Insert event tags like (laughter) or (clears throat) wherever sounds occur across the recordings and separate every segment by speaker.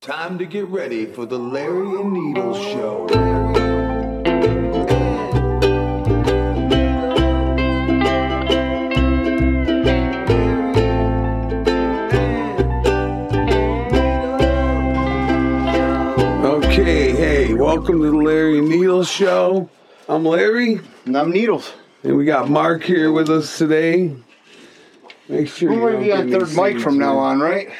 Speaker 1: Time to get ready for the Larry and Needles show. Okay, hey, welcome to the Larry and Needles show. I'm Larry,
Speaker 2: And I'm Needles.
Speaker 1: and we got Mark here with us today. Make sure
Speaker 2: We
Speaker 1: you
Speaker 2: might
Speaker 1: don't
Speaker 2: be
Speaker 1: get
Speaker 2: on
Speaker 1: any
Speaker 2: third mic
Speaker 1: seeds,
Speaker 2: from now
Speaker 1: man.
Speaker 2: on, right?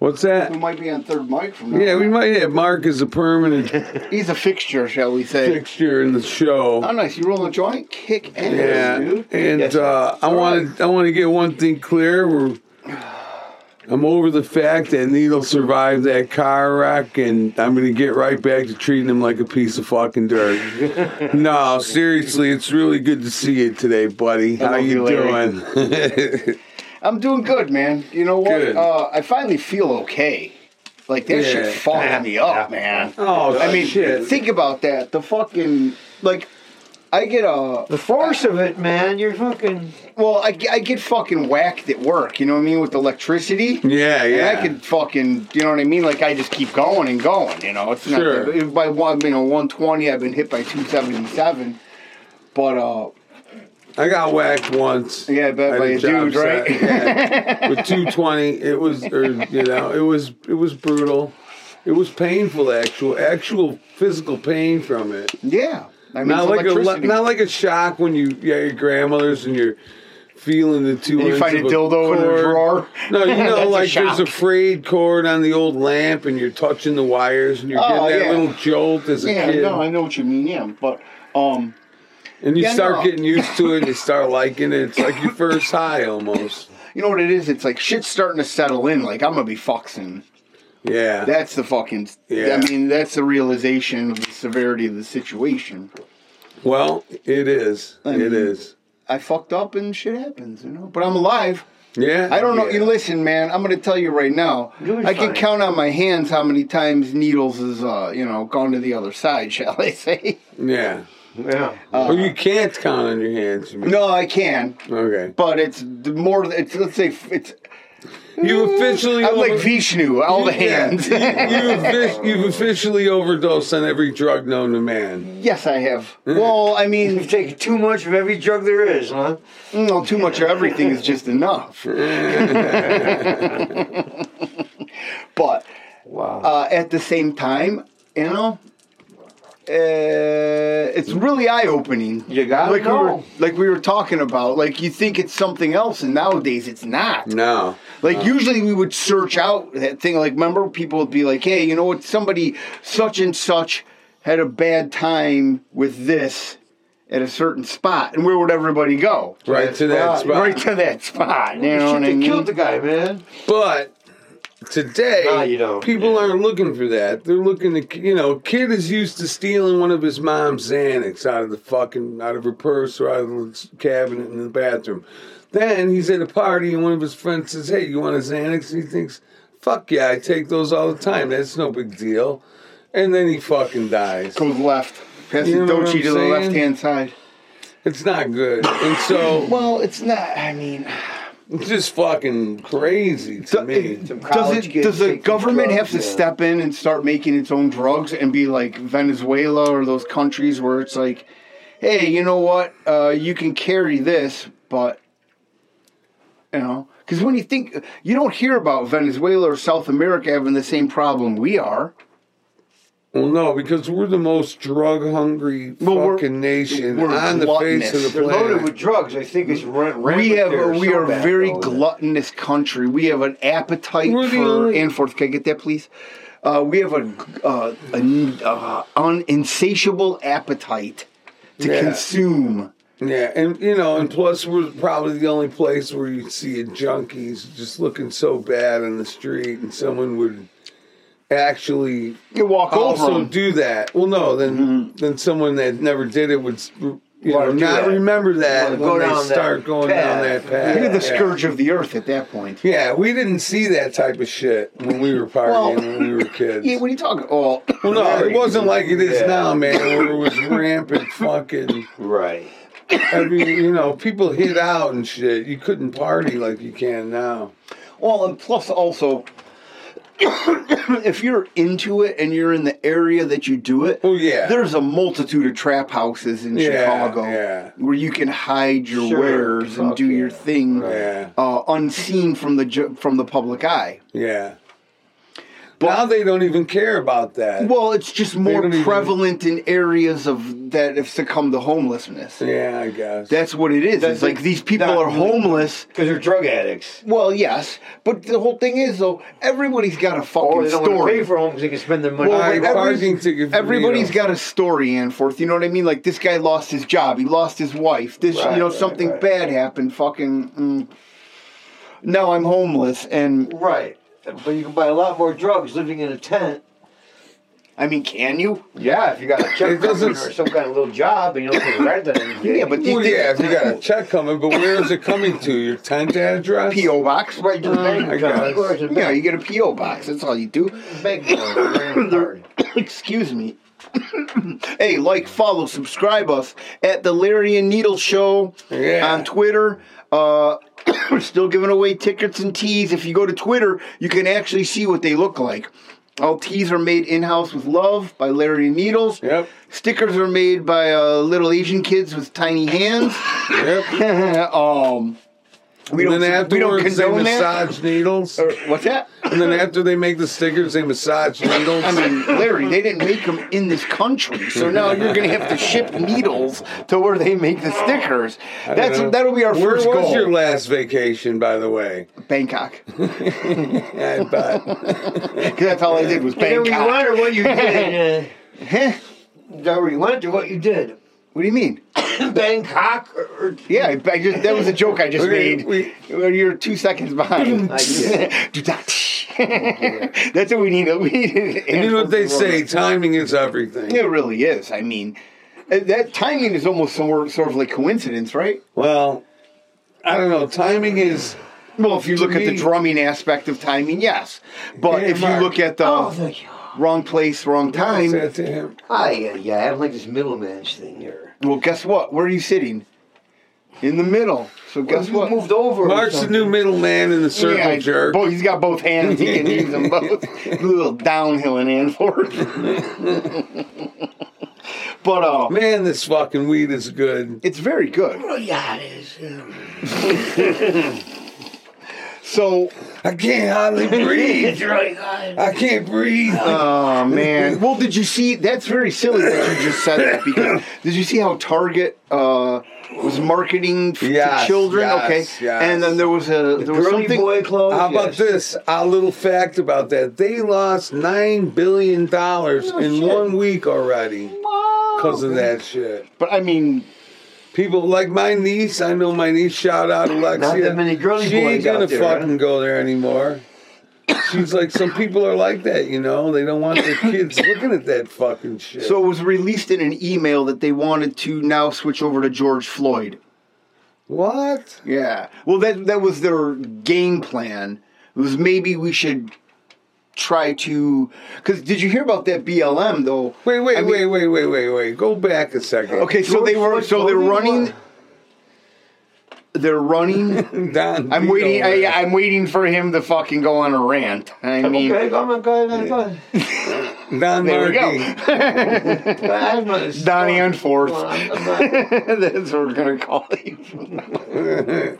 Speaker 1: What's that?
Speaker 2: We might be on third mic from now
Speaker 1: Yeah,
Speaker 2: on.
Speaker 1: we might have Mark as a permanent
Speaker 2: He's a fixture, shall we say.
Speaker 1: fixture in the show.
Speaker 2: Oh, nice. You rolling a joint? Kick ass,
Speaker 1: Yeah,
Speaker 2: dude.
Speaker 1: and uh, I want to I want to get one thing clear. We're, I'm over the fact that Needle survived that car wreck, and I'm gonna get right back to treating him like a piece of fucking
Speaker 2: (laughs)
Speaker 1: dirt. no, seriously, it's really good to see you today, buddy. How
Speaker 2: love
Speaker 1: you
Speaker 2: you, Larry.
Speaker 1: doing?
Speaker 2: I'm doing good, man. You know what?
Speaker 1: Good.
Speaker 2: Uh, I finally feel okay. Like, that
Speaker 1: Yeah.
Speaker 2: shit fucked me up, man.
Speaker 1: oh,
Speaker 2: I mean,
Speaker 1: shit.
Speaker 2: think about that. The fucking, like, I get a,
Speaker 3: The force of it, man. You're fucking.
Speaker 2: well, I, get- I get fucking whacked at work, you know what I mean, with electricity.
Speaker 1: yeah, yeah.
Speaker 2: And I could fucking, you know what I mean? Like I just keep going and going. You know, it's not
Speaker 1: Sure.
Speaker 2: if by one, you know, one twenty. I've been hit by two seventy seven. But uh,
Speaker 1: I got whacked once.
Speaker 2: Yeah, I bet
Speaker 1: at
Speaker 2: by a
Speaker 1: job
Speaker 2: dude, right?
Speaker 1: site.
Speaker 2: (laughs)
Speaker 1: Yeah. With two twenty, it was, or you know, it was, it was brutal. It was painful, actual, actual physical pain from it.
Speaker 2: yeah, I mean,
Speaker 1: Not
Speaker 2: it's
Speaker 1: like a, le-
Speaker 2: electricity.
Speaker 1: not like a shock when you yeah your grandmother's and you're feeling the two.
Speaker 2: And you
Speaker 1: ends
Speaker 2: find a
Speaker 1: of
Speaker 2: dildo in
Speaker 1: cord.
Speaker 2: a drawer.
Speaker 1: No, you know,
Speaker 2: (laughs) That's a
Speaker 1: like there's a
Speaker 2: shock.
Speaker 1: frayed cord on the old lamp, and you're touching the wires, and you're
Speaker 2: Oh,
Speaker 1: getting that
Speaker 2: yeah.
Speaker 1: little jolt as a
Speaker 2: Yeah,
Speaker 1: kid,
Speaker 2: no, I know what you mean. Yeah, but um,
Speaker 1: and you
Speaker 2: Yeah,
Speaker 1: start
Speaker 2: no.
Speaker 1: getting used to it, and you start liking it. It's like your first high almost.
Speaker 2: you know what it is? It's like shit's starting to settle in. Like I'm gonna be fucking.
Speaker 1: Yeah,
Speaker 2: That's the fucking.
Speaker 1: Yeah.
Speaker 2: I mean, that's the realization of the severity of the situation.
Speaker 1: Well, it is.
Speaker 2: I
Speaker 1: it
Speaker 2: mean-
Speaker 1: is.
Speaker 2: I fucked up and shit happens, you know. But I'm alive.
Speaker 1: Yeah.
Speaker 2: I don't know.
Speaker 1: Yeah.
Speaker 2: You listen, man. I'm going to tell you right now.
Speaker 3: You'll be
Speaker 2: I can
Speaker 3: fine.
Speaker 2: count on my hands how many times needles is, uh, you know, gone to the other side. (laughs) Shall I say?
Speaker 1: Yeah.
Speaker 3: Yeah.
Speaker 2: Uh-huh.
Speaker 1: oh, you can't count on your hands. You mean.
Speaker 2: No, I can.
Speaker 1: Okay.
Speaker 2: But it's the more. It's let's say f- it's.
Speaker 1: You officially.
Speaker 2: I'm Mm, like
Speaker 1: over-
Speaker 2: Vishnu. All the
Speaker 1: Yeah.
Speaker 2: hands.
Speaker 1: you, have you've officially overdosed on every drug known to man.
Speaker 2: (laughs) yes, I have. Well, I mean,
Speaker 3: You've taken too much of every drug there is, huh?
Speaker 2: you know, too much of everything is just enough. (laughs) but
Speaker 3: Wow.
Speaker 2: uh, at the same time, you know, uh, it's really eye opening.
Speaker 3: You gotta
Speaker 2: like we were
Speaker 3: know.
Speaker 2: like we were talking about. Like you think it's something else, and nowadays it's not.
Speaker 1: No.
Speaker 2: Like usually we would search out that thing. Like remember, people would be like, "Hey, you know what? Somebody such and such had a bad time with this." At a certain spot, and where would everybody go? Uh,
Speaker 1: Right to that spot.
Speaker 2: Right to that spot. You know
Speaker 3: Shit,
Speaker 2: what I
Speaker 3: they
Speaker 2: mean?
Speaker 3: killed the guy, man.
Speaker 1: But today,
Speaker 3: No, you don't.
Speaker 1: people
Speaker 3: Yeah.
Speaker 1: aren't looking for that. They're looking to, you know, kid is used to stealing one of his mom's Xanax out of the fucking, out of her purse or out of the cabinet in the bathroom. Then he's at a party and one of his friends says, hey, you want a Xanax? And he thinks, fuck yeah, I take those all the time. That's no big deal. And then he fucking dies.
Speaker 2: Goes left. Pass
Speaker 1: You
Speaker 2: the
Speaker 1: know what I'm
Speaker 2: dochi to the
Speaker 1: saying?
Speaker 2: left hand side.
Speaker 1: It's not good. And so
Speaker 2: Well, it's not. I mean,
Speaker 1: it's just fucking crazy to me.
Speaker 3: Some college
Speaker 2: does it?
Speaker 3: kids
Speaker 2: Does the
Speaker 3: taking
Speaker 2: government
Speaker 3: drugs,
Speaker 2: have to
Speaker 3: yeah.
Speaker 2: step in and start making its own drugs and be like Venezuela or those countries where it's like, hey, you know what? Uh, you can carry this, but you know, because when you think you don't hear about Venezuela or South America having the same problem we are.
Speaker 1: Well, no, because we're the most drug hungry
Speaker 2: Well, we're-
Speaker 1: fucking nation
Speaker 2: we're
Speaker 1: on the face of
Speaker 2: gluttonous.
Speaker 1: the
Speaker 3: They're loaded with
Speaker 1: planet.
Speaker 3: drugs. I think it's rent. rampant
Speaker 2: we have
Speaker 3: there
Speaker 2: we
Speaker 3: so
Speaker 2: are a
Speaker 3: bad,
Speaker 2: very
Speaker 3: though.
Speaker 2: gluttonous country. We have an appetite
Speaker 1: We're the
Speaker 2: for
Speaker 1: only-
Speaker 2: and for. Can I get that, please? Uh, we have a, uh, an uh, un, insatiable appetite to
Speaker 1: Yeah.
Speaker 2: consume.
Speaker 1: Yeah, and you know, and plus we're probably the only place where you see junkies just looking so bad on the street, and someone would actually
Speaker 2: You walk over
Speaker 1: also
Speaker 2: 'em.
Speaker 1: do that. Well, no, then then someone that never did it would. You know,
Speaker 3: Wanna do
Speaker 1: not
Speaker 3: that.
Speaker 1: remember that
Speaker 3: Wanna
Speaker 1: when
Speaker 3: go
Speaker 1: they
Speaker 3: down that
Speaker 1: start going down
Speaker 3: path.
Speaker 1: that path.
Speaker 2: You're the
Speaker 1: Yeah.
Speaker 2: scourge of the earth at that point.
Speaker 1: Yeah, we didn't see that type of shit when we were partying
Speaker 2: Well-
Speaker 1: when we were kids.
Speaker 2: Yeah, what are you talking? Oh,
Speaker 1: well,
Speaker 2: (coughs)
Speaker 1: no, it wasn't like it is
Speaker 3: Yeah.
Speaker 1: now, man. Where it was rampant fucking.
Speaker 3: Right.
Speaker 1: I mean, you know, people hid out and shit. You couldn't party like you can now.
Speaker 2: well, and plus also, (coughs) if you're into it and you're in the area that you do it,
Speaker 1: Oh, yeah.
Speaker 2: there's a multitude of trap houses in
Speaker 1: Yeah,
Speaker 2: Chicago
Speaker 1: yeah.
Speaker 2: where you can hide your
Speaker 3: Sure.
Speaker 2: wares and
Speaker 3: Fuck
Speaker 2: do your
Speaker 3: yeah.
Speaker 2: thing
Speaker 1: Yeah.
Speaker 2: uh, unseen from the ju- from the public eye.
Speaker 1: Yeah. now they don't even care about that.
Speaker 2: Well, it's just more
Speaker 1: don't even-
Speaker 2: prevalent in areas of that have succumbed to homelessness.
Speaker 1: yeah, I guess.
Speaker 2: That's what it is.
Speaker 3: That's
Speaker 2: it's like
Speaker 3: like
Speaker 2: these people
Speaker 3: not
Speaker 2: are
Speaker 3: really-
Speaker 2: homeless.
Speaker 3: Because they're drug addicts.
Speaker 2: Well, yes, but the whole thing is though, everybody's got a fucking
Speaker 1: Oh,
Speaker 3: Or they don't want to
Speaker 2: story.
Speaker 3: pay for them because they can spend their money.
Speaker 1: All right,
Speaker 2: every-
Speaker 1: parking ticket for
Speaker 2: Everybody's
Speaker 1: Vito.
Speaker 2: got a story, Anforth. You know what I mean? Like this guy lost his job. He lost his wife. This,
Speaker 3: Right,
Speaker 2: you know,
Speaker 3: right,
Speaker 2: something
Speaker 3: right.
Speaker 2: bad happened. Fucking. Mm, now I'm homeless, and
Speaker 3: right. But you can buy a lot more drugs living in a tent.
Speaker 2: I mean, can you?
Speaker 3: Yeah, if you got a check
Speaker 1: It doesn't-
Speaker 3: or some kind of little job and you don't pay rent on anything.
Speaker 2: Yeah, but
Speaker 1: Well,
Speaker 2: these-
Speaker 1: yeah, if you got a check coming, but where is it coming to? Your tent address?
Speaker 2: PO box. Mm.
Speaker 3: right to the bank
Speaker 1: I
Speaker 3: account.
Speaker 1: guess.
Speaker 3: Of course, the
Speaker 2: Yeah,
Speaker 3: bank,
Speaker 2: you get a PO box. That's all you do.
Speaker 3: bank account, (laughs) credit card.
Speaker 2: Excuse me. (coughs) hey, like, follow, subscribe us at the Larry and Needle Show
Speaker 1: Yeah.
Speaker 2: on Twitter. Uh, (coughs) we're still giving away tickets and teas. If you go to Twitter, you can actually see what they look like. All teas are made in house with love by Larry and Needles.
Speaker 1: Yep.
Speaker 2: Stickers are made by uh, little Asian kids with tiny hands.
Speaker 1: (laughs) Yep.
Speaker 2: um, (laughs) we don't,
Speaker 1: and then
Speaker 2: we don't
Speaker 1: afterwards,
Speaker 2: condone
Speaker 1: they
Speaker 2: that.
Speaker 1: massage needles.
Speaker 2: Or- what's that?
Speaker 1: and then after they make the stickers, they massage needles.
Speaker 2: I mean, Larry, they didn't make them in this country, so now you're going to have to ship needles to where they make the stickers. That's that'll be our
Speaker 1: Uh, Where
Speaker 2: first
Speaker 1: was
Speaker 2: goal.
Speaker 1: your last vacation, by the way? uh,
Speaker 2: Bangkok, (laughs)
Speaker 1: I bet.
Speaker 2: 'Cause that's all I did was
Speaker 3: You know, we
Speaker 2: Bangkok.
Speaker 3: wonder what you (laughs) did.
Speaker 2: Huh?
Speaker 3: Uh, that we wonder what
Speaker 2: (laughs)
Speaker 3: you did.
Speaker 2: What do you mean?
Speaker 3: Bangkok or, or
Speaker 2: Yeah, I, I just that was a joke I just
Speaker 1: Okay,
Speaker 2: made.
Speaker 1: we-
Speaker 2: you're two seconds behind.
Speaker 3: I did.
Speaker 2: (laughs) Do that. (laughs) that's what we need. We need.
Speaker 1: And you know what
Speaker 2: (laughs)
Speaker 1: they say? Timing is everything.
Speaker 2: It really is. I mean, uh, that timing is almost sort sort of like coincidence, right?
Speaker 1: Well, I don't know. Timing is.
Speaker 2: Well, if you look at the
Speaker 1: me-
Speaker 2: drumming aspect of timing, yes. But
Speaker 1: Yeah,
Speaker 2: if you
Speaker 1: Mark.
Speaker 2: look at the
Speaker 3: Oh, thank you.
Speaker 2: wrong place, wrong
Speaker 1: I
Speaker 2: time,
Speaker 1: said to him,
Speaker 3: Hi, yeah, yeah, I don't like this middleman thing here.
Speaker 2: well, guess what? Where are you sitting? In the middle. So guess
Speaker 3: you
Speaker 2: what?
Speaker 3: Moved over. or
Speaker 1: Mark's the
Speaker 3: something.
Speaker 1: new middleman in the circle
Speaker 2: Yeah,
Speaker 1: jerk.
Speaker 2: Boy, he's got both hands. He can use them both. (laughs) A little downhill in Anford. (laughs) but uh,
Speaker 1: Man, this fucking weed is good.
Speaker 2: it's very good.
Speaker 3: Oh, yeah, it is. yeah.
Speaker 2: So,
Speaker 1: I can't
Speaker 2: (laughs)
Speaker 1: hardly breathe.
Speaker 3: It's right. I-
Speaker 1: I can't breathe.
Speaker 2: oh man. Well, did you see? That's very silly that you just said
Speaker 1: (coughs)
Speaker 2: that because did you see how Target uh, was marketing f- to
Speaker 1: Yes,
Speaker 2: children?
Speaker 1: yes,
Speaker 2: okay,
Speaker 1: yes.
Speaker 2: and then there was a there was
Speaker 3: Girly
Speaker 2: something.
Speaker 3: boy clothes.
Speaker 1: How about
Speaker 3: yes.
Speaker 1: this? A little fact about that. They lost $9 billion in
Speaker 3: shit.
Speaker 1: one week already because of that shit.
Speaker 2: But I mean,
Speaker 1: People like my niece, I know my niece, shout out Alexia.
Speaker 3: that many girly
Speaker 1: she ain't
Speaker 3: boys out
Speaker 1: gonna
Speaker 3: there,
Speaker 1: fucking
Speaker 3: huh?
Speaker 1: go there anymore. She's like, some people are like that, you know? They don't want their kids looking at that fucking shit.
Speaker 2: So it was released in an email that they wanted to now switch over to George Floyd.
Speaker 1: what?
Speaker 2: Yeah. Well, that that was their game plan. It was maybe we should try to. Because did you hear about that BLM though?
Speaker 1: Wait, wait,
Speaker 2: I mean-
Speaker 1: wait, wait, wait, wait, wait. Go back a second.
Speaker 2: Okay, so they were so they're running. They're running.
Speaker 1: Don
Speaker 2: I'm
Speaker 1: Vito
Speaker 2: waiting. I,
Speaker 1: there.
Speaker 2: I'm waiting for him to fucking go on a rant. I mean,
Speaker 3: Okay, go on, go ahead, go
Speaker 2: (laughs)
Speaker 3: ahead.
Speaker 1: Don
Speaker 2: there we
Speaker 1: Markey.
Speaker 2: go.
Speaker 3: I'm not-
Speaker 2: Donnie and Forth.
Speaker 3: Come
Speaker 2: (laughs)
Speaker 3: on, I'm not-
Speaker 2: That's what we're gonna call you.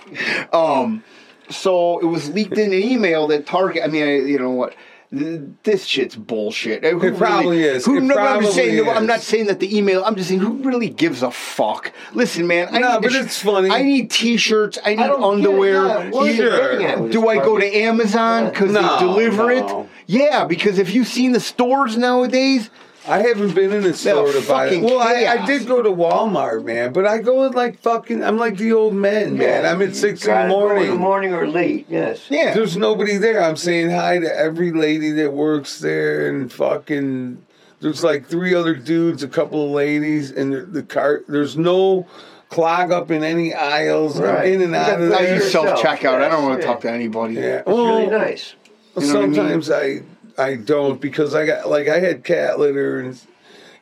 Speaker 2: (laughs) um, so it was leaked in an email that Target. I mean, I, you know what? Th- This shit's bullshit. Who really-
Speaker 1: probably is.
Speaker 2: Who,
Speaker 1: It
Speaker 2: no, I'm just saying.
Speaker 1: probably
Speaker 2: no, I'm
Speaker 1: is.
Speaker 2: not saying that the email. I'm just saying who really gives a fuck. Listen, man. I
Speaker 1: No,
Speaker 2: need
Speaker 1: but
Speaker 2: to
Speaker 1: it's funny.
Speaker 2: I need T-shirts. I need
Speaker 3: I don't
Speaker 2: underwear.
Speaker 3: Get it, yeah. What are you
Speaker 1: Sure.
Speaker 3: getting at with
Speaker 2: Do
Speaker 3: this
Speaker 2: I go
Speaker 3: fucking-
Speaker 2: to Amazon because
Speaker 1: No,
Speaker 2: they deliver
Speaker 1: no.
Speaker 2: it? Yeah, because if you've seen the stores nowadays,
Speaker 1: I haven't been in a store to buy.
Speaker 2: fucking
Speaker 1: Well, I, I
Speaker 2: chaos.
Speaker 1: did go to Walmart, man, but I go at like fucking. I'm like the old men, man. I'm
Speaker 3: You
Speaker 1: at six in
Speaker 3: gotta
Speaker 1: the
Speaker 3: go In the
Speaker 1: morning.
Speaker 3: morning or late, yes.
Speaker 2: yeah,
Speaker 1: There's nobody there. I'm saying hi to every lady that works there, and fucking. There's like three other dudes, a couple of ladies, and the, the cart. There's no clog up in any aisles.
Speaker 3: Right.
Speaker 1: I'm in and
Speaker 3: You
Speaker 1: out
Speaker 3: got
Speaker 1: of
Speaker 2: I
Speaker 1: there.
Speaker 2: use self
Speaker 3: yourself.
Speaker 2: checkout. I don't want to
Speaker 3: Yeah.
Speaker 2: talk to anybody.
Speaker 1: Yeah.
Speaker 3: It's really
Speaker 1: Well,
Speaker 3: nice.
Speaker 2: know what I mean?
Speaker 1: sometimes I, I don't because I got like I had cat litter and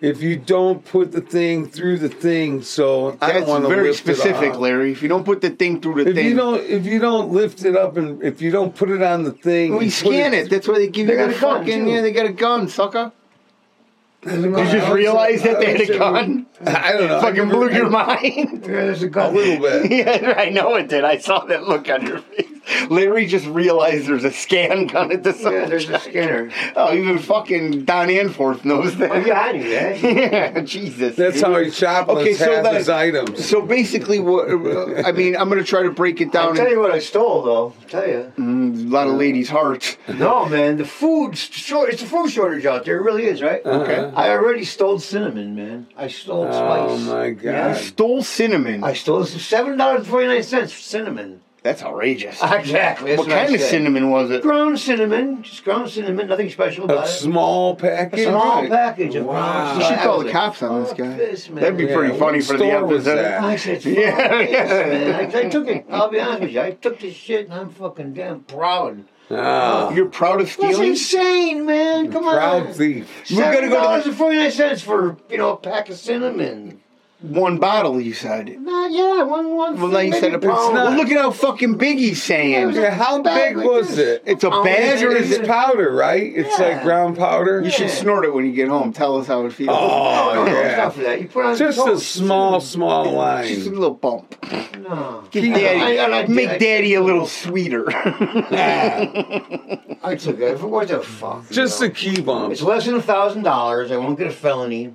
Speaker 1: if you don't put the thing through the thing. So I don't
Speaker 2: That's
Speaker 1: want to
Speaker 2: very
Speaker 1: lift It
Speaker 2: specific,
Speaker 1: up.
Speaker 2: Larry. If you don't put the thing through the
Speaker 1: If
Speaker 2: thing,
Speaker 1: you don't, if you don't lift it up and if you don't put it on the thing,
Speaker 2: we
Speaker 1: and put
Speaker 2: scan it. That's why they give
Speaker 3: They
Speaker 2: you
Speaker 3: got
Speaker 2: that
Speaker 3: a gun,
Speaker 2: fucking.
Speaker 3: too.
Speaker 2: Yeah, they got a gun, sucker.
Speaker 1: You
Speaker 2: You just realized that they had a gun.
Speaker 1: I don't know. I
Speaker 2: Fucking
Speaker 1: remember-
Speaker 2: blew your mind. (laughs)
Speaker 3: Yeah, there's a
Speaker 1: a
Speaker 3: gun.
Speaker 1: little bit.
Speaker 2: yeah, I know it did. I saw that look on your face. Larry just realized there's a scan gun at the
Speaker 3: Yeah, there's a
Speaker 2: soundtrack.
Speaker 3: scanner.
Speaker 2: Oh, even fucking Don Anforth knows that.
Speaker 3: Oh, yeah, I knew that.
Speaker 2: (laughs) yeah, Jesus.
Speaker 1: That's how he shoplifts
Speaker 2: Okay, so
Speaker 1: half
Speaker 2: that-
Speaker 1: his items.
Speaker 2: So basically, what uh, I mean, I'm gonna try to break it
Speaker 3: I'll
Speaker 2: down.
Speaker 3: tell
Speaker 2: in
Speaker 3: you what I stole, though. I'll tell you.
Speaker 2: Mm, a lot of ladies' hearts.
Speaker 3: No, man, the food's short. It's a food shortage out there. It really is, right?
Speaker 2: Uh-huh.
Speaker 1: Okay.
Speaker 3: I already stole cinnamon, man. I stole
Speaker 1: Oh
Speaker 3: spice.
Speaker 1: my
Speaker 2: I
Speaker 1: god!
Speaker 2: stole cinnamon.
Speaker 3: I stole seven dollars and forty nine cents for cinnamon.
Speaker 2: That's outracious.
Speaker 3: Exactly.
Speaker 2: (laughs)
Speaker 3: that's
Speaker 2: what kind
Speaker 3: I
Speaker 2: of
Speaker 3: said.
Speaker 2: cinnamon was it?
Speaker 3: Ground cinnamon, just ground cinnamon. Nothing special
Speaker 1: A
Speaker 3: about it.
Speaker 1: small package.
Speaker 3: Small
Speaker 2: right.
Speaker 3: package of
Speaker 1: Wow.
Speaker 3: ground
Speaker 1: You
Speaker 2: You should
Speaker 3: cinnamon.
Speaker 2: call
Speaker 3: I
Speaker 2: the
Speaker 3: was
Speaker 2: cops on this
Speaker 3: fuck
Speaker 2: guy.
Speaker 3: this, man.
Speaker 2: That'd be
Speaker 1: Yeah,
Speaker 2: pretty
Speaker 1: what
Speaker 2: funny for the
Speaker 1: store was
Speaker 2: episode.
Speaker 1: that?
Speaker 3: I said, fuck
Speaker 2: (laughs) Yeah,
Speaker 3: this,
Speaker 2: yeah.
Speaker 3: man. I, I took it. I'll be honest with you. I took this shit and I'm fucking damn proud.
Speaker 1: Ah,
Speaker 2: You're proud of
Speaker 3: That's
Speaker 2: stealing?
Speaker 3: insane, man. Come on.
Speaker 1: proud thief.
Speaker 2: We're gonna
Speaker 3: Seven
Speaker 2: go
Speaker 3: dollars
Speaker 2: to
Speaker 3: and forty nine cents for you know a pack of cinnamon.
Speaker 2: the- one bottle. You said.
Speaker 3: Not yeah, one one.
Speaker 2: Well, now you
Speaker 3: maybe
Speaker 2: said a
Speaker 3: pound.
Speaker 2: pound.
Speaker 1: not-
Speaker 2: Well, look at how fucking big he's saying.
Speaker 1: Yeah, how
Speaker 3: Bag
Speaker 1: big
Speaker 3: like
Speaker 1: was
Speaker 3: this.
Speaker 1: it?
Speaker 2: It's a
Speaker 3: Oh,
Speaker 1: It's,
Speaker 2: bag or is
Speaker 1: it's
Speaker 2: it?
Speaker 1: powder, right? It's
Speaker 3: Yeah.
Speaker 1: like ground powder.
Speaker 2: You should snort it when you get home. Tell us how it feels.
Speaker 1: Oh
Speaker 3: No, no,
Speaker 1: yeah.
Speaker 3: stop for that. You put on
Speaker 1: Just a
Speaker 3: toast.
Speaker 1: small, small
Speaker 2: Just a
Speaker 1: line.
Speaker 2: little bump.
Speaker 3: No,
Speaker 2: Give
Speaker 1: I-
Speaker 2: daddy,
Speaker 3: I- I-
Speaker 2: make
Speaker 3: I-
Speaker 2: daddy a little sweeter. (laughs)
Speaker 3: I took it. What the fuck? you
Speaker 1: Just
Speaker 3: know?
Speaker 1: a key bump.
Speaker 3: It's less than a thousand dollars. I won't get a felony.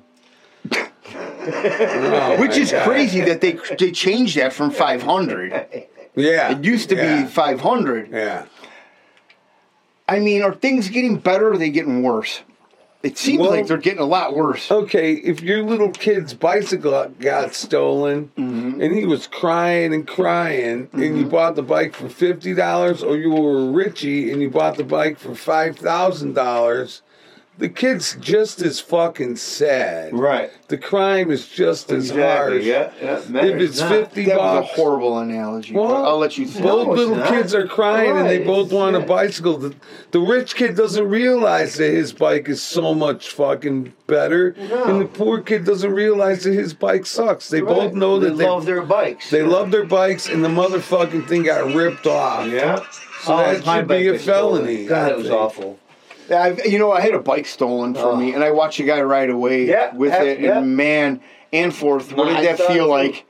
Speaker 1: Oh,
Speaker 2: Which
Speaker 1: my
Speaker 2: is
Speaker 1: God.
Speaker 2: crazy that they they changed that from 500.
Speaker 1: Yeah.
Speaker 2: It used to
Speaker 1: yeah.
Speaker 2: be 500.
Speaker 1: Yeah.
Speaker 2: I mean, are things getting better or are they getting worse? It seems
Speaker 1: Well-
Speaker 2: like they're getting a lot worse.
Speaker 1: Okay, if your little kid's bicycle got stolen
Speaker 3: Mm-hmm.
Speaker 1: and he was crying and crying and you bought the bike for $50 or you were a Richie and you bought the bike for $5,000, the kid's just as fucking sad.
Speaker 3: Right.
Speaker 1: The crime is just as harsh.
Speaker 3: Yeah.
Speaker 1: If it's 50
Speaker 2: That was a
Speaker 1: bucks,
Speaker 2: horrible analogy. but
Speaker 1: Well,
Speaker 2: I'll let you
Speaker 1: both
Speaker 3: No, it's
Speaker 1: little
Speaker 3: not.
Speaker 1: kids are crying and they
Speaker 3: Right,
Speaker 1: both
Speaker 3: it's-
Speaker 1: want a
Speaker 3: Oh, yeah.
Speaker 1: bicycle. The, the rich kid doesn't realize that his bike is so much fucking better,
Speaker 3: No.
Speaker 1: and the poor kid doesn't realize that his bike sucks. They both know that
Speaker 3: they
Speaker 1: they
Speaker 3: love their bikes.
Speaker 1: they love their bikes, and the motherfucking thing got ripped off.
Speaker 3: Yeah.
Speaker 1: So that
Speaker 3: Oh, my
Speaker 1: should be
Speaker 3: bike
Speaker 1: a
Speaker 3: was stolen.
Speaker 1: felony,
Speaker 3: God,
Speaker 1: I
Speaker 3: it was
Speaker 1: think.
Speaker 3: awful.
Speaker 2: I've, you know, I had a bike stolen from
Speaker 3: Oh.
Speaker 2: me, and I watched a guy ride away
Speaker 3: Yeah,
Speaker 2: with
Speaker 3: yeah,
Speaker 2: it,
Speaker 3: yeah.
Speaker 2: and man, and forth. What
Speaker 3: I
Speaker 2: did that
Speaker 3: saw it
Speaker 2: feel
Speaker 3: too.
Speaker 2: like?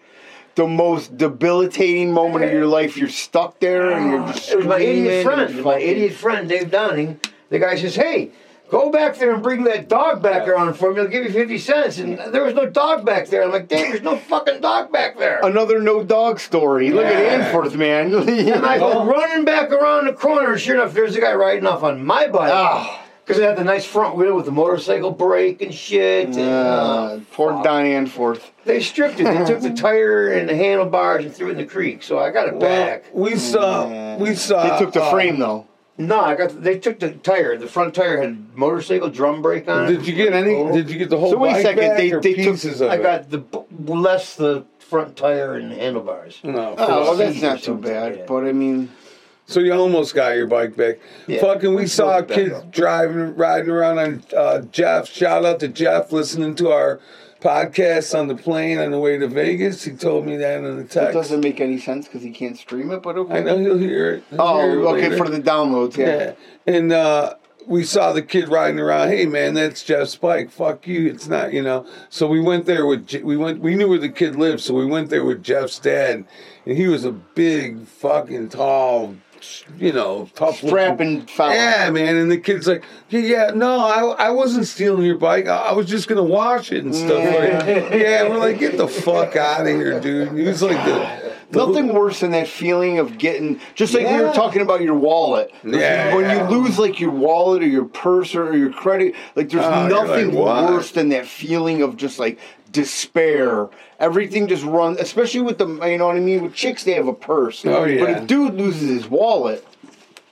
Speaker 2: The most debilitating moment of your life. You're stuck there, and you're just
Speaker 3: It was my idiot
Speaker 2: screaming and
Speaker 3: friend, my idiot friend Dave Downing. The guy says, "Hey, go back there and bring that dog back around for me. I'll give you fifty cents." And there was no dog back there. I'm like, "Dave, there's no fucking dog back there."
Speaker 2: Another no dog story. Look
Speaker 1: Yeah.
Speaker 2: at Anforth, man. (laughs)
Speaker 3: And I go running back around the corner, and sure enough, there's a guy riding off on my bike
Speaker 2: Ah,
Speaker 3: because it had the nice front wheel with the motorcycle brake and shit. And, uh,
Speaker 2: uh, poor Don Anforth.
Speaker 3: they stripped it. They took the tire and the handlebars and threw it in the creek. So I got it
Speaker 1: Well,
Speaker 3: back.
Speaker 1: we saw, we saw.
Speaker 2: They took the
Speaker 1: uh,
Speaker 2: frame though.
Speaker 3: No, I got. They took the tire. The front tire had motorcycle drum brake on it.
Speaker 1: Did you get any?
Speaker 3: Oh.
Speaker 1: Did you get the whole
Speaker 2: So wait a
Speaker 1: bike
Speaker 2: second,
Speaker 1: back
Speaker 2: they-
Speaker 1: or
Speaker 2: they took-
Speaker 1: pieces of
Speaker 3: I
Speaker 1: it?
Speaker 3: got the b- less the front tire and handlebars.
Speaker 1: No,
Speaker 2: Oh, well, that's
Speaker 3: seats or
Speaker 2: not too
Speaker 3: something,
Speaker 2: bad.
Speaker 3: yeah.
Speaker 2: But I mean,
Speaker 1: So you almost got your bike back.
Speaker 3: Yeah.
Speaker 1: Fucking, we saw a
Speaker 3: back
Speaker 1: kid
Speaker 3: up.
Speaker 1: driving, riding around on uh, Jeff. Shout out to Jeff listening to our podcast on the plane on the way to Vegas. He told me that in the
Speaker 2: it
Speaker 1: text.
Speaker 2: doesn't make any sense because he can't stream it. But okay.
Speaker 1: I know he'll hear it. He'll
Speaker 2: Oh,
Speaker 1: hear it
Speaker 2: okay,
Speaker 1: later.
Speaker 2: for the downloads. Yeah.
Speaker 1: yeah. And uh, we saw the kid riding around. Hey, man, that's Jeff's bike. Fuck you. It's not, you know. So we went there with Je- we went. We knew where the kid lived, so we went there with Jeff's dad, and he was a big, fucking tall, you know, tough looking-
Speaker 2: Strapping foul.
Speaker 1: Yeah, man. And the kid's like, yeah, yeah no, I, I wasn't stealing your bike. I, I was just going to wash it and stuff. Like, yeah, we're like, get the fuck out of here, dude. He was like, the, the-
Speaker 2: Nothing worse than that feeling of getting, just like we were
Speaker 3: Yeah.
Speaker 2: talking about your wallet.
Speaker 1: Yeah,
Speaker 2: when
Speaker 1: yeah.
Speaker 2: you lose like your wallet or your purse or your credit, like there's
Speaker 1: Oh, you're
Speaker 2: nothing
Speaker 1: like, what?
Speaker 2: worse than that feeling of just like despair. Everything just runs, especially with the, you know what I mean? With chicks, they have a purse.
Speaker 1: Oh, yeah.
Speaker 2: But if dude loses his wallet,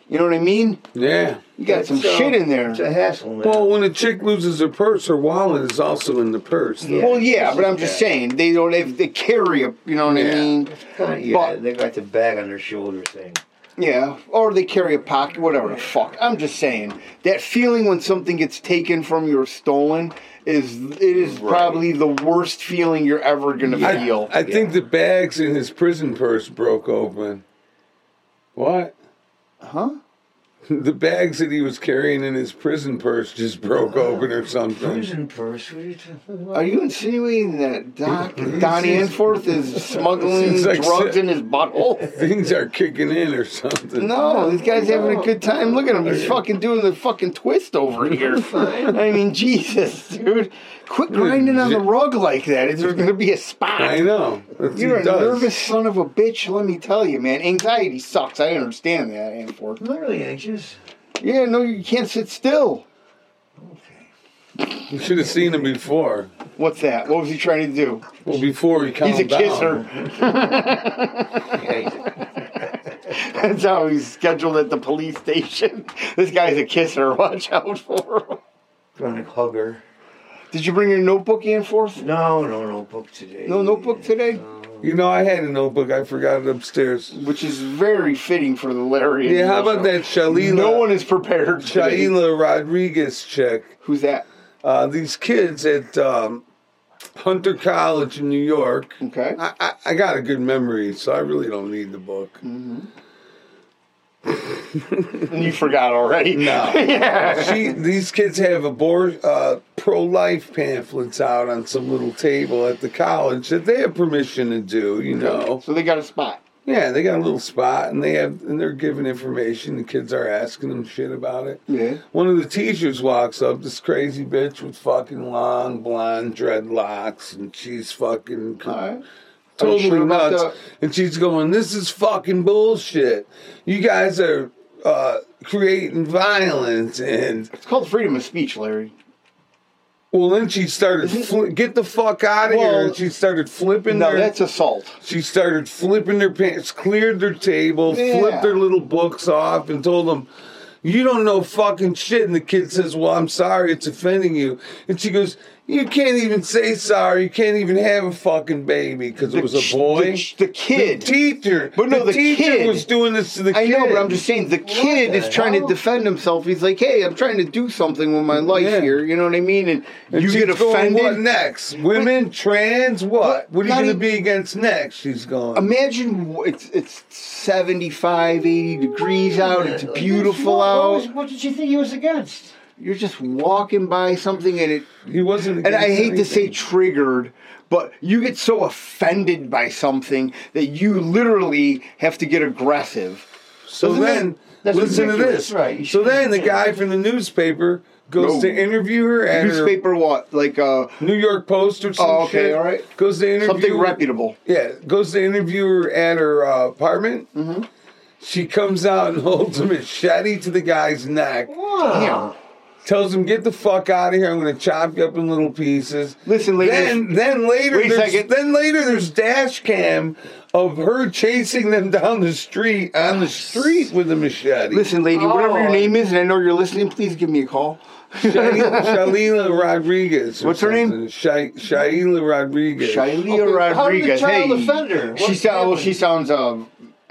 Speaker 2: you know what I mean?
Speaker 1: Yeah.
Speaker 2: You got some
Speaker 3: So,
Speaker 2: shit in there.
Speaker 3: It's a hassle, man.
Speaker 1: Well, when a chick loses her purse, her wallet is also in the purse. though.
Speaker 3: Yeah.
Speaker 2: Well, yeah, but I'm just saying they don't. They, they carry a, you know what
Speaker 1: Yeah.
Speaker 2: I mean?
Speaker 3: Kinda, yeah,
Speaker 2: but-
Speaker 3: they got the bag on their shoulder thing.
Speaker 2: Yeah, or they carry a pocket, whatever the fuck. I'm just saying that feeling when something gets taken from you or stolen is it is
Speaker 3: Right.
Speaker 2: probably the worst feeling you're ever gonna
Speaker 1: I,
Speaker 2: feel.
Speaker 1: I think the bags in his prison purse broke open. What?
Speaker 2: huh?
Speaker 1: (laughs) The bags that he was carrying in his prison purse just broke open or something.
Speaker 3: Prison purse. What are you talking about?
Speaker 2: Are you insinuating that Doc Donnie Enforth is
Speaker 1: (laughs)
Speaker 2: smuggling
Speaker 1: Seems like
Speaker 2: drugs
Speaker 1: shit.
Speaker 2: in his butthole?
Speaker 1: Things are kicking in or something.
Speaker 2: No, this guy's having a good time. Look at him. He's fucking doing the fucking twist
Speaker 1: (laughs)
Speaker 2: over here. I mean, Jesus, dude. Quit grinding on the rug like that. There's going to be a spot.
Speaker 1: I know. That's-
Speaker 2: You're
Speaker 1: he
Speaker 2: a
Speaker 1: does.
Speaker 2: nervous son of a bitch, let me tell you, man. Anxiety sucks. I understand that, Anforth.
Speaker 3: I'm not really anxious.
Speaker 2: Yeah, no, you can't sit still.
Speaker 3: Okay.
Speaker 1: You should have seen him before.
Speaker 2: What's that? What was he trying to do?
Speaker 1: Well, before he calmed
Speaker 2: He's a
Speaker 1: down.
Speaker 2: kisser.
Speaker 3: Okay.
Speaker 2: (laughs) That's how he's scheduled at the police station. This guy's a kisser. Watch out for him.
Speaker 3: Chronic hugger.
Speaker 2: Did you bring your notebook, Anforth?
Speaker 3: No, no notebook today.
Speaker 2: No notebook today?
Speaker 1: You know, I had a notebook. I forgot it upstairs.
Speaker 2: Which is very fitting for the Larry. and
Speaker 1: Yeah, how
Speaker 2: Neil
Speaker 1: about
Speaker 2: show.
Speaker 1: that Shalila,
Speaker 2: No one is prepared. today.
Speaker 1: Shalila Rodriguez chick?
Speaker 2: Who's that?
Speaker 1: Uh, these kids at um, Hunter College in New York.
Speaker 2: Okay.
Speaker 1: I, I, I got a good memory, so I really don't need the
Speaker 2: (laughs)
Speaker 1: book.
Speaker 2: You forgot already.
Speaker 1: No.
Speaker 2: (laughs) yeah.
Speaker 1: She, these kids have abor- uh, pro-life pamphlets out on some little table at the college that they have permission to do. You know,
Speaker 2: So they got a spot.
Speaker 1: yeah, they got a little spot and they have and they're giving information. The kids are asking them shit about it.
Speaker 2: Yeah.
Speaker 1: One of the teachers walks up, this crazy bitch with fucking long blonde dreadlocks, and she's fucking
Speaker 2: All right.
Speaker 1: totally
Speaker 2: sure about
Speaker 1: nuts.
Speaker 2: that.
Speaker 1: And she's going, "This is fucking bullshit. You guys are uh, creating violence." And
Speaker 2: It's called freedom of speech, Larry.
Speaker 1: well, then she
Speaker 2: (laughs)
Speaker 1: started fli get the fuck out of here.
Speaker 2: Well,
Speaker 1: And she started flipping.
Speaker 2: No,
Speaker 1: their,
Speaker 2: that's assault.
Speaker 1: She started flipping their pants, cleared their table,
Speaker 2: Yeah.
Speaker 1: flipped their little books off, and told them, You don't know fucking shit. And the kid says, Well, I'm sorry, it's offending you. And she goes, You can't even say sorry. You can't even have a fucking baby because it was
Speaker 2: ch-
Speaker 1: a boy.
Speaker 2: The, ch- the kid.
Speaker 1: teacher.
Speaker 2: But no, the
Speaker 1: teacher
Speaker 2: kid.
Speaker 1: was doing this to the
Speaker 2: I
Speaker 1: kid.
Speaker 2: know, but I'm just saying the kid is trying to defend himself. He's like, "Hey, I'm trying to do something with my life
Speaker 1: Yeah.
Speaker 2: here." You know what I mean? And,
Speaker 1: And
Speaker 2: you
Speaker 1: she's
Speaker 2: get
Speaker 1: going, What
Speaker 2: offended.
Speaker 1: next? Women, trans, what?
Speaker 2: But
Speaker 1: What are you
Speaker 2: not e
Speaker 1: going to
Speaker 2: even-
Speaker 1: be against next? She's going.
Speaker 2: Imagine w- it's it's 75, 80 degrees out. It's beautiful
Speaker 3: What- what was-
Speaker 2: out.
Speaker 3: What did you think he was against?
Speaker 2: You're just walking by something, and it
Speaker 1: he wasn't.
Speaker 2: and I
Speaker 1: against
Speaker 2: hate to say
Speaker 1: anything.
Speaker 2: triggered, but you get so offended by something that you literally have to get aggressive.
Speaker 1: So
Speaker 2: Doesn't
Speaker 1: then,
Speaker 2: that- that's
Speaker 1: listen to
Speaker 3: ridiculous,
Speaker 1: this.
Speaker 3: right, you
Speaker 1: So
Speaker 3: shouldn't
Speaker 1: then, the
Speaker 3: do
Speaker 1: guy
Speaker 3: that.
Speaker 1: from the newspaper goes
Speaker 2: No.
Speaker 1: to interview her at newspaper.
Speaker 2: Newspaper, what like uh,
Speaker 1: New York Post or some
Speaker 2: Oh, okay,
Speaker 1: shit.
Speaker 2: all right.
Speaker 1: Goes to interview
Speaker 2: something reputable.
Speaker 1: Yeah, goes to interview her at her uh, apartment. Mm-hmm. She comes out and (laughs) holds a machete to the guy's neck.
Speaker 3: Wow.
Speaker 1: Tells him, "Get the fuck out of here! I'm going to chop you up in little pieces."
Speaker 2: Listen, ladies.
Speaker 1: Then, then later,
Speaker 2: Wait a
Speaker 1: there's,
Speaker 2: second.
Speaker 1: then later, there's dash cam of her chasing them down the street on the street with a machete.
Speaker 2: Listen, lady, whatever your
Speaker 3: Oh.
Speaker 2: name is, and I know you're listening, please give me a call. (laughs)
Speaker 1: Shaila Shalila Rodriguez. or
Speaker 2: What's her name?
Speaker 1: something. Shai- Shaila Rodriguez.
Speaker 2: Shailea
Speaker 3: Okay, how did the
Speaker 2: Rodriguez.
Speaker 3: child
Speaker 2: hey,
Speaker 3: offender?
Speaker 2: She
Speaker 3: What
Speaker 2: sounds. Well, she
Speaker 3: happened?
Speaker 2: sounds uh,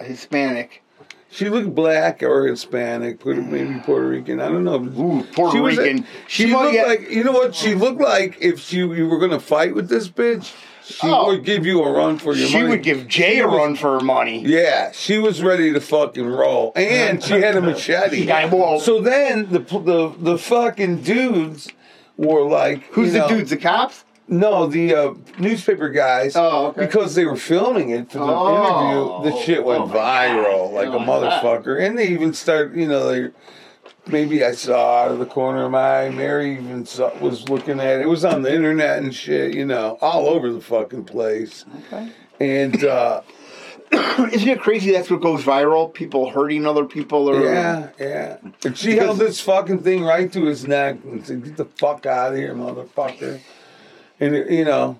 Speaker 2: Hispanic.
Speaker 1: she looked black or Hispanic, Puerto, maybe Puerto Rican. I don't know.
Speaker 2: Ooh, Puerto
Speaker 1: she was a-
Speaker 2: Rican.
Speaker 1: she
Speaker 2: might
Speaker 1: looked
Speaker 2: get-
Speaker 1: like you know what she looked like if she you were gonna fight with this bitch. She
Speaker 2: Oh.
Speaker 1: would give you a run for your
Speaker 2: she
Speaker 1: money.
Speaker 2: would give Jay a run for her money.
Speaker 1: Yeah, she was ready to fucking roll, and she
Speaker 2: (laughs)
Speaker 1: had a machete.
Speaker 2: Yeah, well-
Speaker 1: so then the the the fucking dudes were like,
Speaker 2: Who's
Speaker 1: you
Speaker 2: the
Speaker 1: know,
Speaker 2: dudes? The cops?
Speaker 1: No, the uh, newspaper guys.
Speaker 2: Oh, okay.
Speaker 1: Because they were filming it for the
Speaker 2: Oh.
Speaker 1: interview, the shit went
Speaker 2: Oh, my
Speaker 1: viral like a
Speaker 2: Oh, my God.
Speaker 1: motherfucker. And they even start, you know, they maybe I saw out of the corner of my eye. Mary even saw, was looking at it. It was on the internet and shit, you know, all over the fucking place.
Speaker 2: Okay.
Speaker 1: And uh,
Speaker 2: Isn't it crazy? That's what goes viral. People hurting other people. Or
Speaker 1: yeah, yeah. And she held this fucking thing right to his neck and said, "Get the fuck out of here, motherfucker." And you know.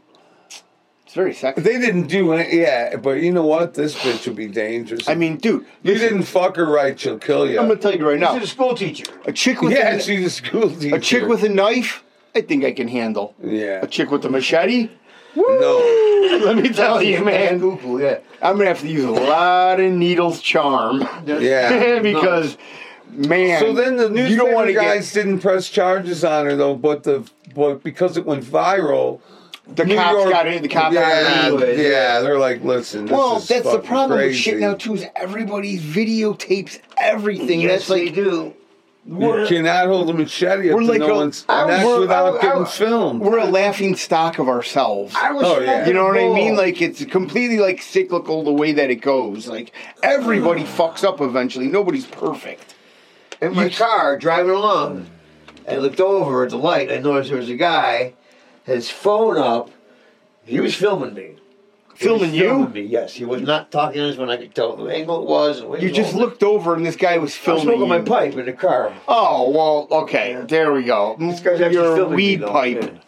Speaker 2: it's very sexy.
Speaker 1: They didn't do it, yeah. But you know what? This bitch would be dangerous.
Speaker 2: I mean, dude,
Speaker 1: you didn't fuck her right, she'll kill you.
Speaker 2: I'm gonna tell you right now.
Speaker 3: He's a school teacher.
Speaker 2: A chick
Speaker 1: (laughs)
Speaker 2: with
Speaker 1: yeah,
Speaker 2: a,
Speaker 1: she's a school teacher.
Speaker 2: a chick with a knife. I think I can handle.
Speaker 1: yeah.
Speaker 2: A chick with a machete.
Speaker 1: no,
Speaker 2: Let me tell you, Oh, man.
Speaker 3: Goopoo, yeah.
Speaker 2: I'm gonna have to use a lot of needles charm.
Speaker 1: Yeah.
Speaker 2: (laughs) because man,
Speaker 1: So then the
Speaker 2: you don't
Speaker 1: newspaper
Speaker 2: want to
Speaker 1: guys didn't press charges on her though, but the but because it went viral,
Speaker 2: get the
Speaker 1: New
Speaker 2: cops
Speaker 1: York-
Speaker 2: got in. The cops got
Speaker 1: yeah,
Speaker 2: in.
Speaker 3: anyways,
Speaker 1: yeah, they're like, listen, this
Speaker 2: Well,
Speaker 1: is
Speaker 2: that's the
Speaker 1: fucking
Speaker 2: problem with
Speaker 1: crazy.
Speaker 2: shit now too. Is everybody videotapes everything?
Speaker 3: Yes,
Speaker 2: That's
Speaker 3: they
Speaker 2: like
Speaker 3: do.
Speaker 1: You cannot hold a machete up
Speaker 2: We're
Speaker 1: to
Speaker 2: like
Speaker 1: no
Speaker 2: a-
Speaker 1: one's
Speaker 3: I-
Speaker 1: neck
Speaker 2: we're-
Speaker 1: without
Speaker 3: I-
Speaker 1: getting
Speaker 3: I-
Speaker 1: filmed.
Speaker 2: we're a laughing stock of ourselves.
Speaker 3: I was
Speaker 1: Oh, yeah.
Speaker 2: You know what I mean? Like it's completely like cyclical the way that it goes. Like everybody fucks up eventually. Nobody's perfect.
Speaker 3: in my car driving along.
Speaker 2: Mm.
Speaker 3: I looked over at the light. I noticed there was a guy, his phone up. He was filming me. He was
Speaker 2: Filming you?
Speaker 3: me, yes. He was not talking to us when I could tell the angle it was. and where
Speaker 2: You
Speaker 3: he
Speaker 2: just
Speaker 3: was.
Speaker 2: looked over and this guy was
Speaker 3: I was
Speaker 2: filming
Speaker 3: smoking my
Speaker 2: you.
Speaker 3: pipe in the car.
Speaker 2: Oh well, okay. There we go.
Speaker 3: This guy's actually
Speaker 2: Your
Speaker 3: filming me,
Speaker 2: weed
Speaker 3: though.
Speaker 2: pipe.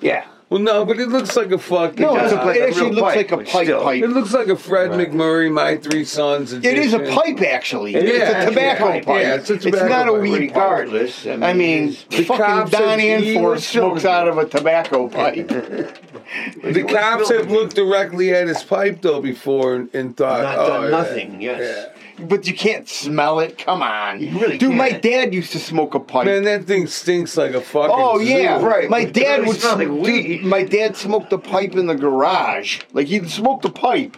Speaker 3: Yeah.
Speaker 1: Well, no, but it looks like a fucking.
Speaker 2: No,
Speaker 1: uh,
Speaker 2: it's a,
Speaker 3: like
Speaker 2: it
Speaker 3: a
Speaker 2: actually
Speaker 3: real
Speaker 2: looks
Speaker 3: pipe,
Speaker 2: like a
Speaker 3: but
Speaker 2: pipe
Speaker 3: still.
Speaker 2: pipe.
Speaker 1: it looks like a Fred
Speaker 3: Right.
Speaker 1: McMurray, my three sons.
Speaker 2: It is a
Speaker 1: edition.
Speaker 2: pipe, actually.
Speaker 3: It
Speaker 2: it's
Speaker 3: is
Speaker 2: a
Speaker 3: actually
Speaker 2: tobacco
Speaker 3: a
Speaker 2: pipe.
Speaker 3: pipe.
Speaker 1: Yeah, it's a tobacco
Speaker 2: It's not a
Speaker 1: pipe.
Speaker 2: weed pipe.
Speaker 3: Regardless, I mean,
Speaker 2: I mean,
Speaker 3: it's-
Speaker 1: The
Speaker 2: fucking
Speaker 1: cops
Speaker 2: Don
Speaker 1: said he
Speaker 2: Anford
Speaker 1: was filming
Speaker 2: smokes out of a tobacco pipe.
Speaker 1: The cops have looked directly at his pipe though before and, and
Speaker 2: Uh,
Speaker 1: thought,
Speaker 3: not
Speaker 1: oh,
Speaker 3: done
Speaker 1: yeah.
Speaker 3: nothing. Yes.
Speaker 1: Yeah.
Speaker 2: but you can't smell it. Come on.
Speaker 3: You really
Speaker 2: Dude, my
Speaker 3: can't.
Speaker 2: dad used to smoke a pipe.
Speaker 1: Man, that thing stinks like a fucking.
Speaker 2: Oh yeah,
Speaker 1: zoo.
Speaker 2: right. My
Speaker 3: It
Speaker 2: dad
Speaker 3: really
Speaker 2: would
Speaker 3: smelled like
Speaker 2: sm-
Speaker 3: weed.
Speaker 2: dude, my dad smoked a pipe in the garage. Like he'd smoke the pipe,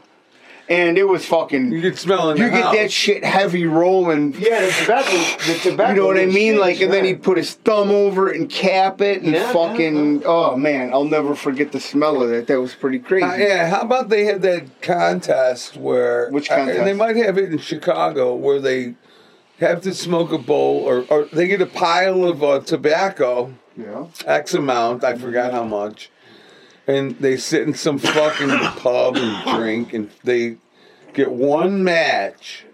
Speaker 2: and it was fucking.
Speaker 1: You
Speaker 2: You,
Speaker 1: could smell it. in the
Speaker 2: get that
Speaker 1: house.
Speaker 2: shit heavy rolling.
Speaker 3: Yeah, the tobacco. The tobacco.
Speaker 2: You know what I
Speaker 3: is
Speaker 2: mean?
Speaker 3: shit,
Speaker 2: Like, and then
Speaker 3: yeah.
Speaker 2: he'd put his thumb over it and cap it, and
Speaker 3: Yeah, yeah,
Speaker 2: fucking. Oh man, I'll never forget the smell of that. That was pretty crazy.
Speaker 1: Uh, yeah, how about they had that contest where
Speaker 2: Which
Speaker 1: uh,
Speaker 2: contest?
Speaker 1: and they might have it in Chicago where they have to smoke a bowl or, or they get a pile of uh, tobacco,
Speaker 2: Yeah.
Speaker 1: X amount, I forgot how much, and they sit in some fucking pub and drink and they get one match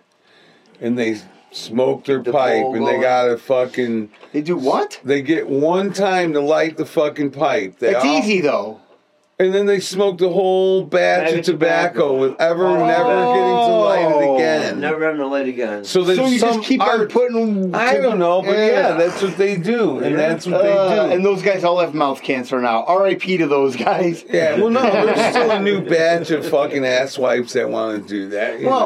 Speaker 1: and they smoke their
Speaker 3: The
Speaker 1: pipe
Speaker 3: bowl
Speaker 1: and they
Speaker 3: going.
Speaker 1: got to fucking
Speaker 2: They do what?
Speaker 1: they get one time to light the fucking pipe. They
Speaker 2: That's
Speaker 1: all-
Speaker 2: easy though.
Speaker 1: and then they smoked a whole batch
Speaker 3: Bag
Speaker 1: of
Speaker 3: of tobacco.
Speaker 1: tobacco with ever never getting to
Speaker 2: Oh.
Speaker 1: light it again.
Speaker 3: Never having to light again.
Speaker 1: So, there's
Speaker 2: So you
Speaker 1: some
Speaker 2: just keep on
Speaker 1: art.
Speaker 2: putting.
Speaker 1: I don't know, but yeah.
Speaker 2: Yeah.
Speaker 1: that's what they do, and that's what
Speaker 2: Uh,
Speaker 1: they
Speaker 2: and
Speaker 1: do.
Speaker 2: those guys all have mouth cancer now. R.I.P. to those guys.
Speaker 1: yeah, well, no, there's still a new batch of fucking ass wipes that want to do that. You
Speaker 2: Well,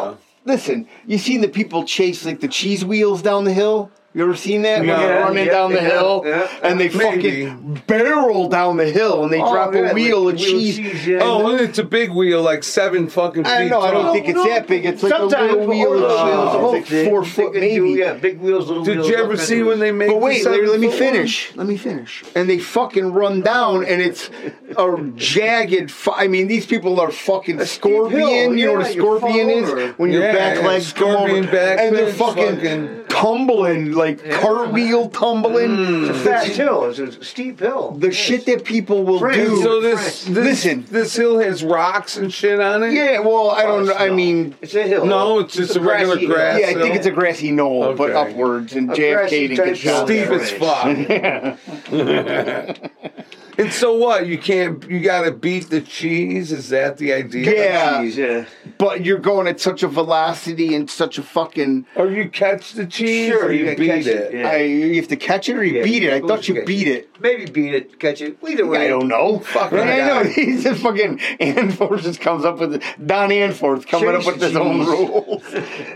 Speaker 1: know.
Speaker 2: listen, you seen the people chase like the cheese wheels down the hill? You ever seen that? When they're
Speaker 1: Yeah,
Speaker 2: running
Speaker 3: yeah,
Speaker 2: down the
Speaker 3: yeah,
Speaker 2: hill
Speaker 3: yeah.
Speaker 2: and they
Speaker 1: Maybe.
Speaker 2: fucking barrel down the hill and they
Speaker 3: Oh,
Speaker 2: drop
Speaker 3: yeah,
Speaker 2: a wheel
Speaker 3: like
Speaker 2: of
Speaker 3: wheel of
Speaker 2: cheese.
Speaker 3: cheese, yeah.
Speaker 1: Oh, and it's a big wheel, like seven fucking feet
Speaker 2: I don't know. I
Speaker 1: tall.
Speaker 2: don't think it's that big. It's like a
Speaker 3: Sometimes
Speaker 2: little wheel
Speaker 3: oh,
Speaker 2: of
Speaker 3: no,
Speaker 2: cheese. It's like four
Speaker 3: they-
Speaker 2: foot
Speaker 3: they can do,
Speaker 2: maybe.
Speaker 3: yeah, big wheels, little
Speaker 1: Did
Speaker 3: wheels.
Speaker 1: you
Speaker 3: all
Speaker 1: ever
Speaker 3: kinds
Speaker 1: see
Speaker 3: of
Speaker 1: when they make?
Speaker 2: But wait,
Speaker 1: the
Speaker 2: Larry, let me
Speaker 1: seven-foot one?
Speaker 2: finish. Let me finish. And they fucking run down, and it's a jagged. Fu- I mean, these people are fucking
Speaker 3: steep hill,
Speaker 2: scorpion. you know what
Speaker 3: yeah,
Speaker 2: a
Speaker 3: you fall
Speaker 2: scorpion
Speaker 3: over.
Speaker 2: is when your
Speaker 1: Yeah,
Speaker 2: back
Speaker 1: yeah,
Speaker 2: legs come
Speaker 1: scorpion
Speaker 2: over,
Speaker 1: back
Speaker 2: and they're
Speaker 1: legs,
Speaker 2: fucking,
Speaker 1: fucking-
Speaker 2: tumbling like cartwheel tumbling.
Speaker 3: It's a fat hill. It's a steep hill.
Speaker 2: The shit that people will
Speaker 3: Friends.
Speaker 2: do.
Speaker 1: So this, this
Speaker 2: Listen.
Speaker 1: this hill has rocks and shit on it.
Speaker 2: yeah, well, I don't.
Speaker 3: No.
Speaker 2: know. I mean.
Speaker 3: it's a hill.
Speaker 1: No, it's just a regular
Speaker 3: grassy hill.
Speaker 1: grass.
Speaker 2: Yeah, I think it's a grassy knoll, but
Speaker 1: Okay.
Speaker 2: upwards and
Speaker 3: A grassy
Speaker 2: JFK didn't
Speaker 3: type
Speaker 2: get shot.
Speaker 3: hill.
Speaker 1: Steep as fuck.
Speaker 2: (laughs)
Speaker 1: and so what? You can't. You gotta beat the cheese. Is that the idea?
Speaker 2: Yeah.
Speaker 3: Jeez, yeah.
Speaker 2: But you're going at such a velocity and such a fucking.
Speaker 1: Or you catch the cheese,
Speaker 3: Sure,
Speaker 1: or
Speaker 3: you
Speaker 1: you,
Speaker 3: can
Speaker 1: beat
Speaker 3: catch
Speaker 1: it.
Speaker 3: it, yeah.
Speaker 2: I, you have to catch it or you
Speaker 3: Yeah,
Speaker 2: beat it. I
Speaker 3: you're
Speaker 2: thought
Speaker 3: supposed
Speaker 2: you
Speaker 3: to
Speaker 2: beat
Speaker 3: catch
Speaker 2: it.
Speaker 3: Maybe beat it, catch it. Either way,
Speaker 2: I don't know. Fuck,
Speaker 1: Right.
Speaker 2: I know. He's just fucking Anforth just comes up with Don Anforth coming
Speaker 3: Chase
Speaker 2: up with his own (laughs)
Speaker 3: cheese.
Speaker 2: rules.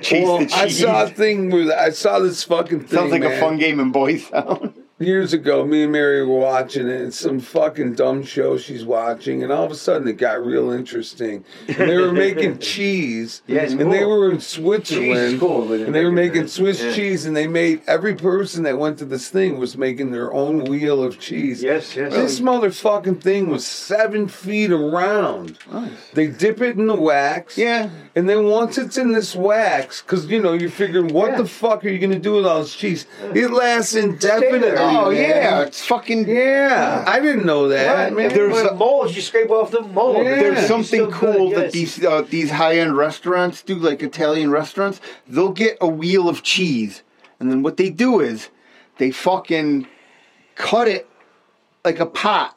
Speaker 2: Chase
Speaker 1: Well,
Speaker 2: the
Speaker 1: I
Speaker 2: cheese.
Speaker 1: saw a thing with. I saw this fucking thing.
Speaker 2: Sounds like a
Speaker 1: man.
Speaker 2: fun game in Boytown.
Speaker 1: years ago, me and Mary were watching it. It's some fucking dumb show she's watching, and all of a sudden it got real interesting. And they were
Speaker 3: (laughs)
Speaker 1: making cheese,
Speaker 3: Yeah, it's
Speaker 1: and they
Speaker 3: cool.
Speaker 1: were in Switzerland,
Speaker 3: Cheese is cool, but
Speaker 1: and they were
Speaker 3: they're making
Speaker 1: making
Speaker 3: it.
Speaker 1: Swiss
Speaker 3: Yeah.
Speaker 1: cheese, and they made every person that went to this thing was making their own wheel of cheese.
Speaker 3: Yes, yes.
Speaker 1: This motherfucking thing was seven feet around. They dip it in the wax.
Speaker 2: Yeah.
Speaker 1: And then once it's in this wax, because you know you're figuring, what
Speaker 3: Yeah.
Speaker 1: the fuck are you gonna do with all this cheese? It lasts indefinitely.
Speaker 3: there.
Speaker 2: Oh,
Speaker 1: man.
Speaker 2: yeah. It's fucking.
Speaker 1: Yeah, I didn't know that.
Speaker 3: Right,
Speaker 1: man.
Speaker 3: man.
Speaker 2: There's
Speaker 3: There's
Speaker 2: a-
Speaker 3: molds. You scrape off the mold.
Speaker 1: Yeah.
Speaker 2: There's
Speaker 1: It's
Speaker 2: something
Speaker 3: still good,
Speaker 2: cool that
Speaker 3: yes.
Speaker 2: these uh, these high end restaurants do, like Italian restaurants. They'll get a wheel of cheese, and then what they do is they fucking cut it like a pot,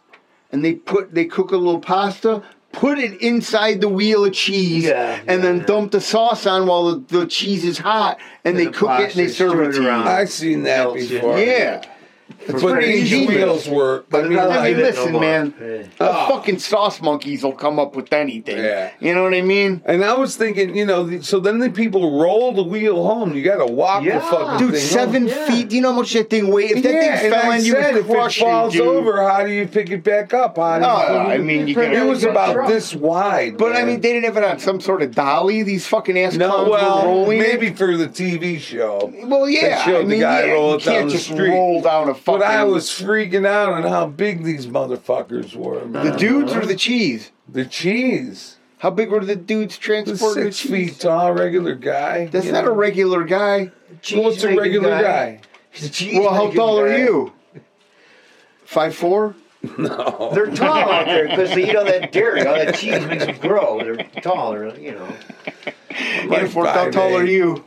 Speaker 2: and they put they cook a little pasta. Put it inside the wheel of cheese,
Speaker 3: Yeah,
Speaker 2: and
Speaker 3: yeah,
Speaker 2: then
Speaker 3: yeah.
Speaker 2: dump the sauce on while the, the cheese is hot, and,
Speaker 3: And
Speaker 2: they
Speaker 3: the
Speaker 2: cook it and they
Speaker 3: pasta,
Speaker 2: serve
Speaker 3: stir
Speaker 2: it
Speaker 3: it
Speaker 2: to you.
Speaker 3: around.
Speaker 1: I've seen that
Speaker 3: Melts, yeah.
Speaker 1: before.
Speaker 2: Yeah,
Speaker 1: It's
Speaker 3: pretty
Speaker 1: these
Speaker 3: ingenious.
Speaker 1: wheels were. I
Speaker 3: But
Speaker 1: mean,
Speaker 3: not
Speaker 2: I
Speaker 1: like,
Speaker 2: mean,
Speaker 3: it no
Speaker 2: listen,
Speaker 3: more.
Speaker 2: man.
Speaker 3: Yeah.
Speaker 2: The
Speaker 1: Ah.
Speaker 2: fucking sauce monkeys will come up with anything.
Speaker 1: Yeah.
Speaker 2: You know what I mean?
Speaker 1: and I was thinking, you know, the- so then the people roll the wheel home. You got to walk
Speaker 3: Yeah.
Speaker 1: the fucking
Speaker 3: Dude,
Speaker 1: thing
Speaker 2: Dude, seven
Speaker 3: yeah.
Speaker 2: feet. Do you know how much that thing weighs? If that
Speaker 1: yeah,
Speaker 2: thing
Speaker 1: and
Speaker 2: fell
Speaker 1: I
Speaker 2: in, you
Speaker 1: said,
Speaker 2: would
Speaker 1: if it
Speaker 2: crush
Speaker 1: falls
Speaker 2: dude.
Speaker 1: over, how do you pick it back up? How do
Speaker 2: Oh,
Speaker 1: you
Speaker 2: I mean, you
Speaker 3: But
Speaker 2: can.
Speaker 1: it was
Speaker 3: Yeah,
Speaker 1: about
Speaker 3: sure.
Speaker 1: this wide.
Speaker 2: But I
Speaker 1: man.
Speaker 2: mean, they didn't have it on some sort of dolly. These fucking ass clowns
Speaker 1: no,
Speaker 2: were
Speaker 1: well,
Speaker 2: rolling.
Speaker 1: maybe
Speaker 2: it.
Speaker 1: for the TV show.
Speaker 2: Well, yeah.
Speaker 1: showed
Speaker 2: I
Speaker 1: the
Speaker 2: mean,
Speaker 1: guy
Speaker 2: yeah,
Speaker 1: roll
Speaker 2: you
Speaker 1: it down
Speaker 2: can't
Speaker 1: the
Speaker 2: just
Speaker 1: street.
Speaker 2: roll down a fucking.
Speaker 1: But I was freaking out on how big these motherfuckers were.
Speaker 2: the
Speaker 1: Man.
Speaker 2: dudes or the cheese.
Speaker 1: The cheese,
Speaker 2: How big were the dudes
Speaker 1: the
Speaker 2: transporting
Speaker 1: six
Speaker 2: the cheese?
Speaker 1: feet tall regular guy.
Speaker 2: That's
Speaker 1: you
Speaker 2: not
Speaker 1: know.
Speaker 2: a regular guy.
Speaker 3: Cheese
Speaker 1: What's a
Speaker 3: making
Speaker 1: regular guy?
Speaker 3: He's a cheese
Speaker 2: Well, how
Speaker 3: making
Speaker 2: tall are
Speaker 3: guy.
Speaker 2: you? Five four.
Speaker 1: No.
Speaker 3: They're tall out there because they eat all that dairy. All that cheese makes them grow. They're taller, you know.
Speaker 2: How
Speaker 1: five eh?
Speaker 2: tall are
Speaker 1: eight.
Speaker 2: you?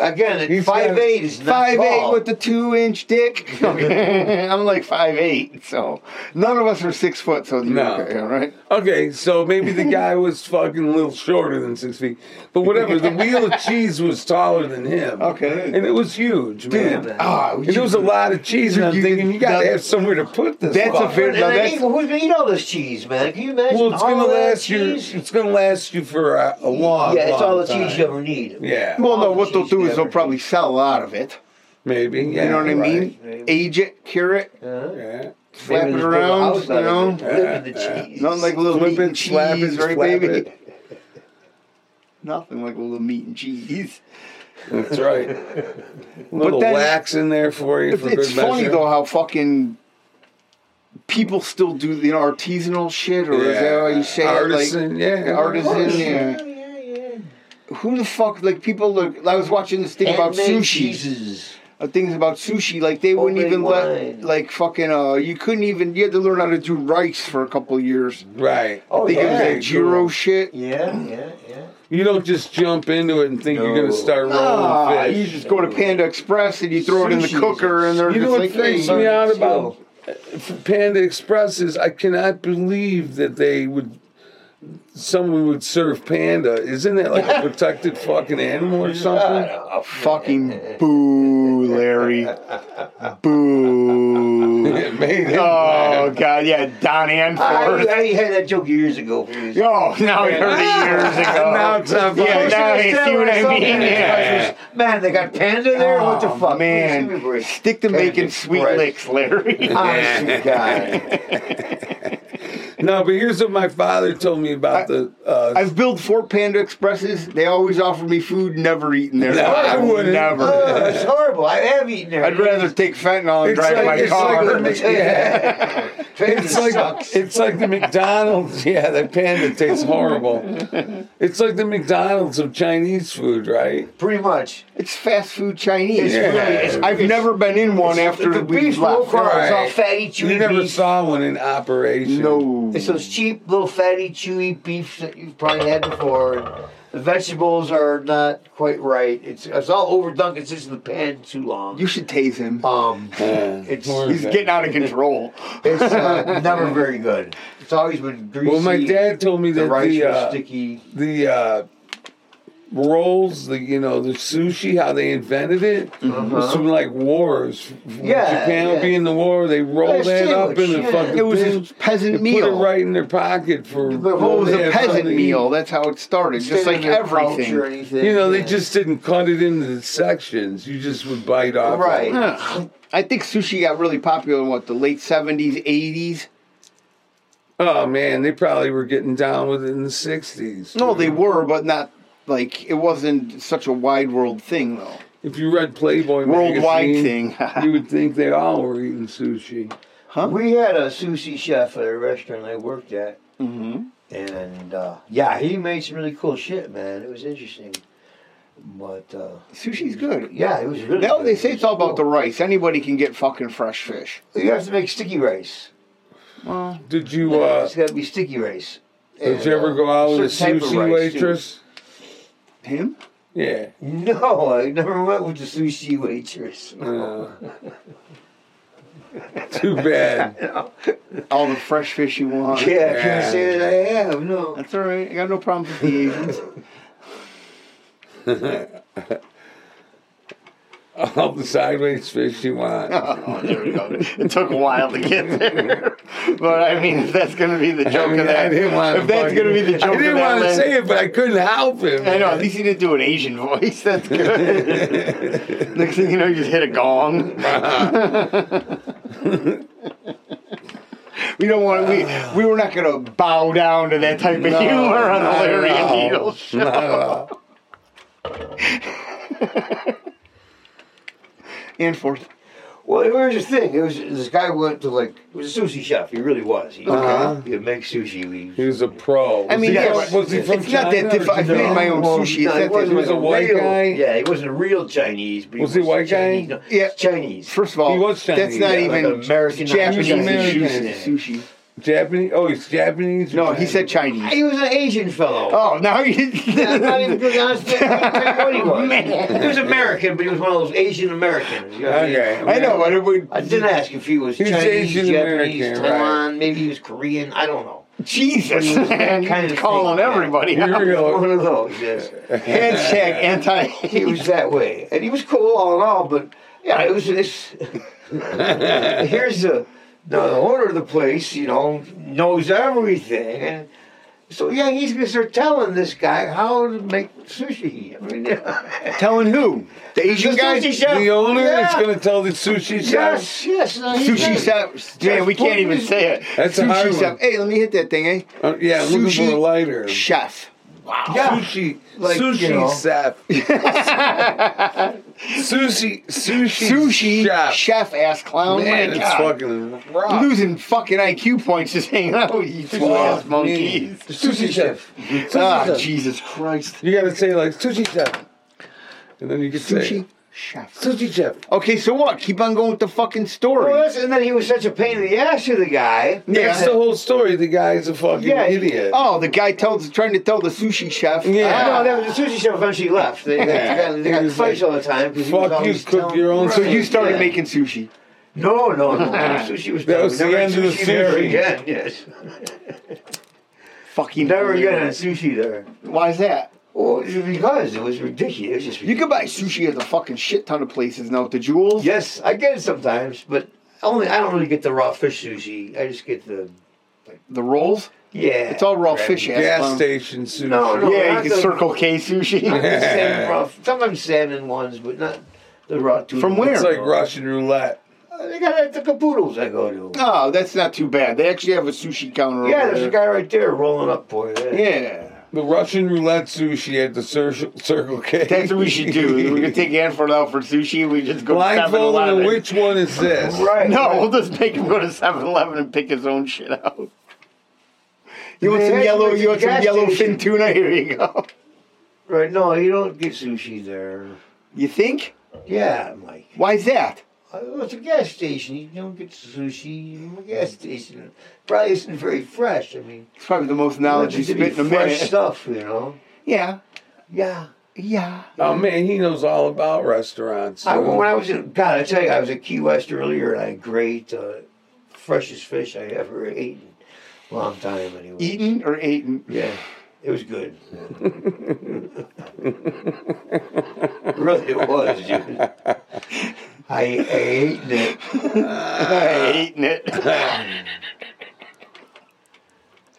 Speaker 3: Again,
Speaker 1: He's
Speaker 3: five
Speaker 1: got-
Speaker 3: eight is not
Speaker 2: five eight
Speaker 3: tall.
Speaker 2: with the two inch
Speaker 3: (laughs)
Speaker 2: dick. I'm like five eight, so none of us are six foot. So you
Speaker 1: No.
Speaker 2: okay, all right?
Speaker 1: Okay, so maybe
Speaker 2: (laughs)
Speaker 1: the guy was fucking a little shorter than six feet, but whatever. The wheel
Speaker 2: (laughs)
Speaker 1: of cheese was taller than him.
Speaker 2: Okay.
Speaker 1: and it was huge, man.
Speaker 3: man.
Speaker 2: Ah,
Speaker 1: And there was a lot of cheese, and I'm
Speaker 2: you-
Speaker 1: thinking you got to
Speaker 2: that-
Speaker 1: have somewhere to put this.
Speaker 2: That's a
Speaker 1: fucker.
Speaker 2: very-
Speaker 3: And
Speaker 2: Now
Speaker 3: I
Speaker 2: that's-
Speaker 3: mean, who's gonna eat all this cheese, man? Can you imagine?
Speaker 1: Well, it's
Speaker 3: all
Speaker 1: gonna
Speaker 3: that
Speaker 1: last you.
Speaker 3: cheese?
Speaker 1: It's gonna last you for a, a long.
Speaker 3: yeah, it's
Speaker 1: long
Speaker 3: all the
Speaker 1: time.
Speaker 3: cheese you ever need.
Speaker 1: Yeah,
Speaker 2: well, no,
Speaker 3: all
Speaker 2: what they'll
Speaker 3: cheese
Speaker 2: do is they'll
Speaker 3: never-
Speaker 2: probably sell a lot of it.
Speaker 1: maybe. Yeah,
Speaker 2: you know what I mean?
Speaker 3: right.
Speaker 2: Age it, cure it,
Speaker 3: Uh-huh.
Speaker 1: Yeah.
Speaker 2: flap
Speaker 3: Maybe
Speaker 2: it
Speaker 3: just build a
Speaker 2: around.
Speaker 3: house
Speaker 2: You
Speaker 3: out
Speaker 2: know,
Speaker 3: of it, live in the
Speaker 1: Yeah,
Speaker 3: cheese.
Speaker 2: nothing like a little
Speaker 1: Flip
Speaker 2: meat
Speaker 1: it,
Speaker 2: and cheese,
Speaker 1: slap it,
Speaker 2: right,
Speaker 1: flap
Speaker 2: baby?
Speaker 1: it.
Speaker 2: Nothing like a little meat and cheese.
Speaker 1: That's
Speaker 2: (laughs)
Speaker 1: right. a little
Speaker 2: then-
Speaker 1: wax in there for you.
Speaker 2: It's,
Speaker 1: For
Speaker 2: it's
Speaker 1: good
Speaker 2: funny
Speaker 1: measure.
Speaker 2: though how fucking people still do you know artisanal shit, or is that how you say it? Like,
Speaker 1: artisan, yeah,
Speaker 2: artisan, yeah.
Speaker 3: yeah, yeah.
Speaker 2: who the fuck like people look I was watching this thing about
Speaker 3: Handmade
Speaker 2: sushi.
Speaker 3: cheeses.
Speaker 2: Uh, Things about sushi, like they wouldn't
Speaker 3: Homemade
Speaker 2: even let
Speaker 3: wine.
Speaker 2: like fucking uh you couldn't even you had to learn how to do rice for a couple years.
Speaker 1: Right.
Speaker 3: Oh,
Speaker 2: They
Speaker 3: yeah.
Speaker 2: yeah, that gyro
Speaker 1: cool.
Speaker 2: shit.
Speaker 3: Yeah, yeah, yeah.
Speaker 1: You don't just jump into it and think you're gonna
Speaker 3: No.
Speaker 1: start rolling
Speaker 2: Nah,
Speaker 1: fish.
Speaker 2: Ah, you just go to Panda Express and you throw it in the
Speaker 3: Sushi is
Speaker 2: cooker and they're
Speaker 1: You know
Speaker 2: just
Speaker 1: what
Speaker 2: like
Speaker 1: freaks
Speaker 3: uh,
Speaker 2: hey,
Speaker 1: me out about
Speaker 3: Skill.
Speaker 1: Panda Express is I cannot believe that they would someone would serve panda. Isn't that like
Speaker 2: (laughs)
Speaker 1: a protected fucking animal or something?
Speaker 3: Oh,
Speaker 2: fucking
Speaker 1: (laughs)
Speaker 2: boo, Larry. Boo.
Speaker 1: It (laughs) made him
Speaker 2: Oh
Speaker 1: laugh.
Speaker 2: god, yeah, Don Anforth.
Speaker 3: I, I had that joke years ago. please.
Speaker 2: Oh,
Speaker 1: (laughs)
Speaker 2: now you heard it years ago.
Speaker 1: Now it's on
Speaker 2: Yeah,
Speaker 1: fucking-
Speaker 2: now you see what I mean? Yeah.
Speaker 3: Man, they got panda there. what the
Speaker 2: Oh,
Speaker 3: fuck, Please give me a
Speaker 2: Man,
Speaker 3: break.
Speaker 2: stick to
Speaker 3: Panda
Speaker 2: making sweet
Speaker 3: Express.
Speaker 2: licks, (laughs) Larry.
Speaker 1: (laughs)
Speaker 3: Honest to God.
Speaker 1: No, but here's what my father told me about the. Uh,
Speaker 2: I've built four Panda Expresses. They always offer me food, never eaten there.
Speaker 1: No, I wouldn't.
Speaker 2: Never.
Speaker 3: Oh, it's horrible. I have eaten
Speaker 2: (laughs)
Speaker 3: there.
Speaker 2: I'd rather take fentanyl and drive my
Speaker 1: it's
Speaker 2: car. (laughs)
Speaker 1: Like the Mc- yeah.
Speaker 3: Panda
Speaker 1: It's like
Speaker 3: sucks.
Speaker 1: it's like the McDonald's. (laughs) Yeah, that panda tastes
Speaker 2: (laughs)
Speaker 1: horrible. It's like the McDonald's of Chinese food, right?
Speaker 3: pretty much.
Speaker 2: it's fast food Chinese.
Speaker 1: Yeah.
Speaker 2: really- I've never been in one after
Speaker 3: the
Speaker 2: we
Speaker 3: beef roll
Speaker 2: left.
Speaker 3: crawl is all
Speaker 1: Right.
Speaker 3: fatty, chewy
Speaker 1: You never
Speaker 3: beef.
Speaker 1: saw one in operation.
Speaker 2: No.
Speaker 3: It's those cheap little fatty, chewy beefs that you've probably had before. And the vegetables are not quite right. It's it's all overdone. It's just in the pan too long.
Speaker 2: You should tase him.
Speaker 3: (laughs) um,
Speaker 1: Yeah.
Speaker 3: It's-
Speaker 1: Poor
Speaker 2: He's
Speaker 1: guy.
Speaker 2: getting out of (laughs) control.
Speaker 3: it's uh, never very good. It's always been greasy.
Speaker 1: Well, my dad told me
Speaker 3: the
Speaker 1: that
Speaker 3: rice
Speaker 1: the
Speaker 3: was
Speaker 1: uh,
Speaker 3: sticky.
Speaker 1: the uh, rolls, the you know the sushi, how they invented it
Speaker 2: Mm-hmm.
Speaker 1: was from like wars.
Speaker 3: Yeah,
Speaker 1: Japan would
Speaker 3: yeah.
Speaker 1: be in the war. They roll
Speaker 3: Yeah,
Speaker 1: that up in
Speaker 3: sandwich,
Speaker 1: the
Speaker 3: yeah.
Speaker 1: fucking.
Speaker 2: It was
Speaker 1: thing.
Speaker 2: a peasant
Speaker 1: They Put
Speaker 2: meal.
Speaker 1: it right in their pocket for.
Speaker 3: The
Speaker 2: Well, it was
Speaker 1: they had
Speaker 2: a peasant
Speaker 1: something to eat.
Speaker 2: meal. That's how it started. Just like
Speaker 3: Or
Speaker 2: everything.
Speaker 3: anything.
Speaker 1: You know, they
Speaker 3: yeah.
Speaker 1: just didn't cut it into the sections. You just would bite off.
Speaker 3: Right.
Speaker 2: Huh. I think sushi got really popular in what the late seventies, eighties.
Speaker 1: Oh man, they probably were getting down with it in the '60s.
Speaker 4: Oh,
Speaker 2: No, they were, but not like it wasn't such a wide world thing though.
Speaker 1: If you read Playboy
Speaker 2: Worldwide
Speaker 1: magazine,
Speaker 2: (laughs) thing.
Speaker 1: you would think they all were eating sushi.
Speaker 3: We had a sushi chef at a restaurant I worked at.
Speaker 4: Mm-hmm.
Speaker 3: And uh, yeah, he made some really cool shit, man. It was interesting. But uh,
Speaker 2: Sushi's good.
Speaker 3: yeah, it was really.
Speaker 2: Now
Speaker 3: good.
Speaker 2: they say
Speaker 3: It
Speaker 2: it's all
Speaker 3: was
Speaker 2: about the
Speaker 3: cool.
Speaker 2: rice. Anybody can get fucking fresh fish.
Speaker 3: You have to make sticky rice.
Speaker 1: Did you? Uh,
Speaker 3: (laughs) it's got to be sticky rice. uh,
Speaker 1: did you ever go out with a
Speaker 3: Certain type of rice,
Speaker 1: sushi
Speaker 3: too.
Speaker 1: waitress?
Speaker 2: Him?
Speaker 1: Yeah.
Speaker 3: No, I never went with the sushi
Speaker 1: (laughs)
Speaker 3: waitress.
Speaker 1: Uh, too bad.
Speaker 2: All the fresh fish you want.
Speaker 3: Yeah, I can't say that I have. No.
Speaker 2: That's all right. I got no problems with the Asians.
Speaker 1: All the sideways fish you want.
Speaker 4: (laughs) Oh, there we go. It took a while to get there,
Speaker 2: (laughs)
Speaker 4: but I mean, if that's gonna be the joke
Speaker 1: I mean,
Speaker 4: of that,
Speaker 1: I didn't want
Speaker 4: if that's gonna be the joke
Speaker 1: I didn't
Speaker 4: of that,
Speaker 1: want to
Speaker 4: land-
Speaker 1: say it, but I couldn't help it.
Speaker 4: I know. At least you didn't do an Asian (laughs) voice. That's good. Next thing you know, you just hit a gong. we don't want we we were not going to bow down to that type of humor on the
Speaker 1: not at
Speaker 4: Larry and
Speaker 1: all.
Speaker 4: Needle show.
Speaker 1: Not at all.
Speaker 2: And fourth.
Speaker 3: Well, here's the thing. It was this guy went to like he was a sushi chef. He really was. He,
Speaker 1: Uh-huh.
Speaker 3: he would make sushi. He,
Speaker 1: He was a pro. Was
Speaker 2: I mean,
Speaker 1: he
Speaker 2: yeah,
Speaker 1: from-
Speaker 2: but
Speaker 1: was he from
Speaker 2: it's not
Speaker 1: China
Speaker 2: that
Speaker 1: or
Speaker 2: different. I've
Speaker 1: did you
Speaker 2: made
Speaker 1: know?
Speaker 2: my own sushi.
Speaker 3: No,
Speaker 2: It's
Speaker 3: he
Speaker 2: not
Speaker 3: wasn't
Speaker 2: that
Speaker 1: He was a
Speaker 3: real-
Speaker 1: white guy?
Speaker 3: Yeah, he wasn't a real Chinese. But
Speaker 1: Was he white guy?
Speaker 3: Chinese. No,
Speaker 2: Yeah.
Speaker 3: Chinese.
Speaker 2: First of all,
Speaker 1: He was
Speaker 2: that's
Speaker 1: Chinese.
Speaker 2: not
Speaker 1: Yeah,
Speaker 2: even
Speaker 3: like an American
Speaker 2: Japanese
Speaker 1: American.
Speaker 2: sushi.
Speaker 1: Japanese? Oh, he's Japanese? or
Speaker 2: No, he
Speaker 1: Chinese?
Speaker 2: said Chinese.
Speaker 3: He was an Asian fellow. (laughs)
Speaker 2: Oh, now you.
Speaker 3: I'm not even
Speaker 1: (laughs)
Speaker 3: being honest. with you, I can't tell you what he was. He was American, but he was one of those Asian Americans. You know what I mean?
Speaker 1: Okay.
Speaker 2: I know, but it would.
Speaker 3: I didn't ask if he was
Speaker 1: He's
Speaker 3: Chinese,
Speaker 1: Asian
Speaker 3: Japanese,
Speaker 1: American, right.
Speaker 3: Taiwan, maybe he was Korean. I don't know.
Speaker 4: Jesus,
Speaker 2: Mm-hmm.
Speaker 4: man,
Speaker 3: Kind
Speaker 4: kind
Speaker 3: of
Speaker 4: calling
Speaker 3: thing, yeah.
Speaker 4: everybody
Speaker 1: Here
Speaker 4: out.
Speaker 1: we
Speaker 2: (laughs)
Speaker 1: go.
Speaker 3: (laughs) One of
Speaker 1: (laughs)
Speaker 3: those. Yes.
Speaker 4: Hashtag anti.
Speaker 3: he was that way, and he was cool all in all. But yeah, it was this. (laughs) here's the the owner of the place, you know, knows everything, and so yeah, he's gonna start telling this guy how to make sushi. I mean, (laughs)
Speaker 2: Telling who? The Asian
Speaker 3: The
Speaker 2: guy?
Speaker 3: sushi chef.
Speaker 1: The owner
Speaker 3: Yeah.
Speaker 1: is going to tell the sushi chef.
Speaker 3: yes, yes, no, he's
Speaker 2: Sushi
Speaker 3: right.
Speaker 2: chef.
Speaker 4: Man, we can't even say it.
Speaker 1: That's a hard
Speaker 2: Sushi
Speaker 1: one.
Speaker 2: chef. Hey, let me hit that thing, eh?
Speaker 1: Uh, yeah, I'm looking
Speaker 2: Sushi
Speaker 1: for a lighter.
Speaker 2: Chef.
Speaker 3: Yeah.
Speaker 1: Sushi,
Speaker 2: Like,
Speaker 1: sushi
Speaker 2: you know.
Speaker 1: chef. sushi, sushi,
Speaker 2: Sushi
Speaker 1: chef.
Speaker 2: chef ass clown.
Speaker 1: Man,
Speaker 2: My
Speaker 1: it's
Speaker 2: God.
Speaker 1: fucking rough.
Speaker 2: losing fucking IQ points just hanging out with you two ass
Speaker 1: Fuck
Speaker 2: monkeys.
Speaker 1: me. Sushi chef.
Speaker 2: Ah,
Speaker 1: Sushi chef.
Speaker 2: Jesus Christ.
Speaker 1: You gotta say like sushi chef, and then you can say
Speaker 2: Sushi chef.
Speaker 1: sushi chef.
Speaker 2: Okay, so what? Keep on going with the fucking story.
Speaker 3: Well, that's- and then he was such a pain in the ass to the guy.
Speaker 1: Yeah. That's the whole story. The guy's a fucking
Speaker 3: Yeah, he-
Speaker 1: idiot.
Speaker 2: Oh, the guy tells trying to tell the sushi chef.
Speaker 1: Yeah.
Speaker 3: No, that was the sushi chef eventually left. They, they, got, they
Speaker 1: He
Speaker 3: got
Speaker 1: was
Speaker 3: fights all the time. 'cause he was
Speaker 1: Fuck you,
Speaker 3: always
Speaker 1: cook
Speaker 3: telling-
Speaker 1: your own.
Speaker 2: Ah, So you started
Speaker 3: Yeah.
Speaker 2: making sushi.
Speaker 3: No, no, no. sushi was
Speaker 1: That was
Speaker 3: never
Speaker 1: the end of the
Speaker 3: sushi there
Speaker 1: series.
Speaker 3: again. Yes,
Speaker 2: Fucking
Speaker 3: never again on sushi there.
Speaker 2: Why is that?
Speaker 3: Well, it was because it was ridiculous. It was just
Speaker 2: You can buy sushi at a fucking shit ton of places now at the Jewels.
Speaker 3: yes, I get it sometimes, but only I don't really get the raw fish sushi. I just get the
Speaker 2: The rolls.
Speaker 3: yeah.
Speaker 2: It's all raw
Speaker 3: crab-
Speaker 2: fish eh? ass.
Speaker 1: Gas
Speaker 2: clown.
Speaker 1: station sushi.
Speaker 3: No, no.
Speaker 4: Yeah,
Speaker 3: not
Speaker 4: you can
Speaker 3: the-
Speaker 4: circle K
Speaker 2: (laughs)
Speaker 4: sushi.
Speaker 1: (laughs)
Speaker 3: Salmon raw, sometimes salmon ones, but not the raw. tuna
Speaker 2: From
Speaker 3: ones.
Speaker 1: It's like Russian roulette.
Speaker 3: They got it at the Capoodles I go to.
Speaker 2: No, that's not too bad. They actually have a sushi counter
Speaker 3: Yeah,
Speaker 2: over
Speaker 3: there's
Speaker 2: there.
Speaker 3: a guy right there rolling up for you.
Speaker 2: yeah.
Speaker 1: The Russian roulette sushi at the Cir- Circle K.
Speaker 4: That's what we should
Speaker 1: (laughs)
Speaker 4: do.
Speaker 2: (laughs)
Speaker 4: We're gonna take Anford out for sushi. We just go to Seven
Speaker 1: Blindfolded.
Speaker 4: Eleven.
Speaker 1: and
Speaker 2: (laughs)
Speaker 1: Which one is this?
Speaker 3: Right.
Speaker 4: No, we'll just make him go to 7-Eleven and pick his own shit out.
Speaker 2: You want some
Speaker 3: Yeah,
Speaker 2: yellow?
Speaker 3: it's a
Speaker 2: You want some
Speaker 3: gas
Speaker 2: yellow fin
Speaker 3: station.
Speaker 2: tuna? Here you go.
Speaker 3: Right. No, you don't get sushi there.
Speaker 2: You think?
Speaker 3: Yeah, Mike.
Speaker 2: Why's that?
Speaker 3: Uh, well, it's a gas station. You don't get sushi from a gas station. Probably isn't very fresh. I mean,
Speaker 2: It's probably the most
Speaker 3: you
Speaker 2: knowledge
Speaker 3: want
Speaker 2: you
Speaker 3: it to be
Speaker 2: spit in a
Speaker 3: fresh
Speaker 2: minute.
Speaker 3: stuff, you know.
Speaker 2: Yeah,
Speaker 3: Yeah.
Speaker 2: yeah.
Speaker 1: Oh man, he knows all about restaurants.
Speaker 3: I,
Speaker 1: dude.
Speaker 3: when I was in God, I tell you, I was at Key West earlier, and I had great uh, freshest fish I ever (laughs) ate in a long time. Anyway.
Speaker 2: Eaten or eaten?
Speaker 3: Yeah. It was good. (laughs) really, it was.
Speaker 2: (laughs)
Speaker 3: dude. I, I ate it. Uh,
Speaker 4: I hating it.
Speaker 3: (laughs)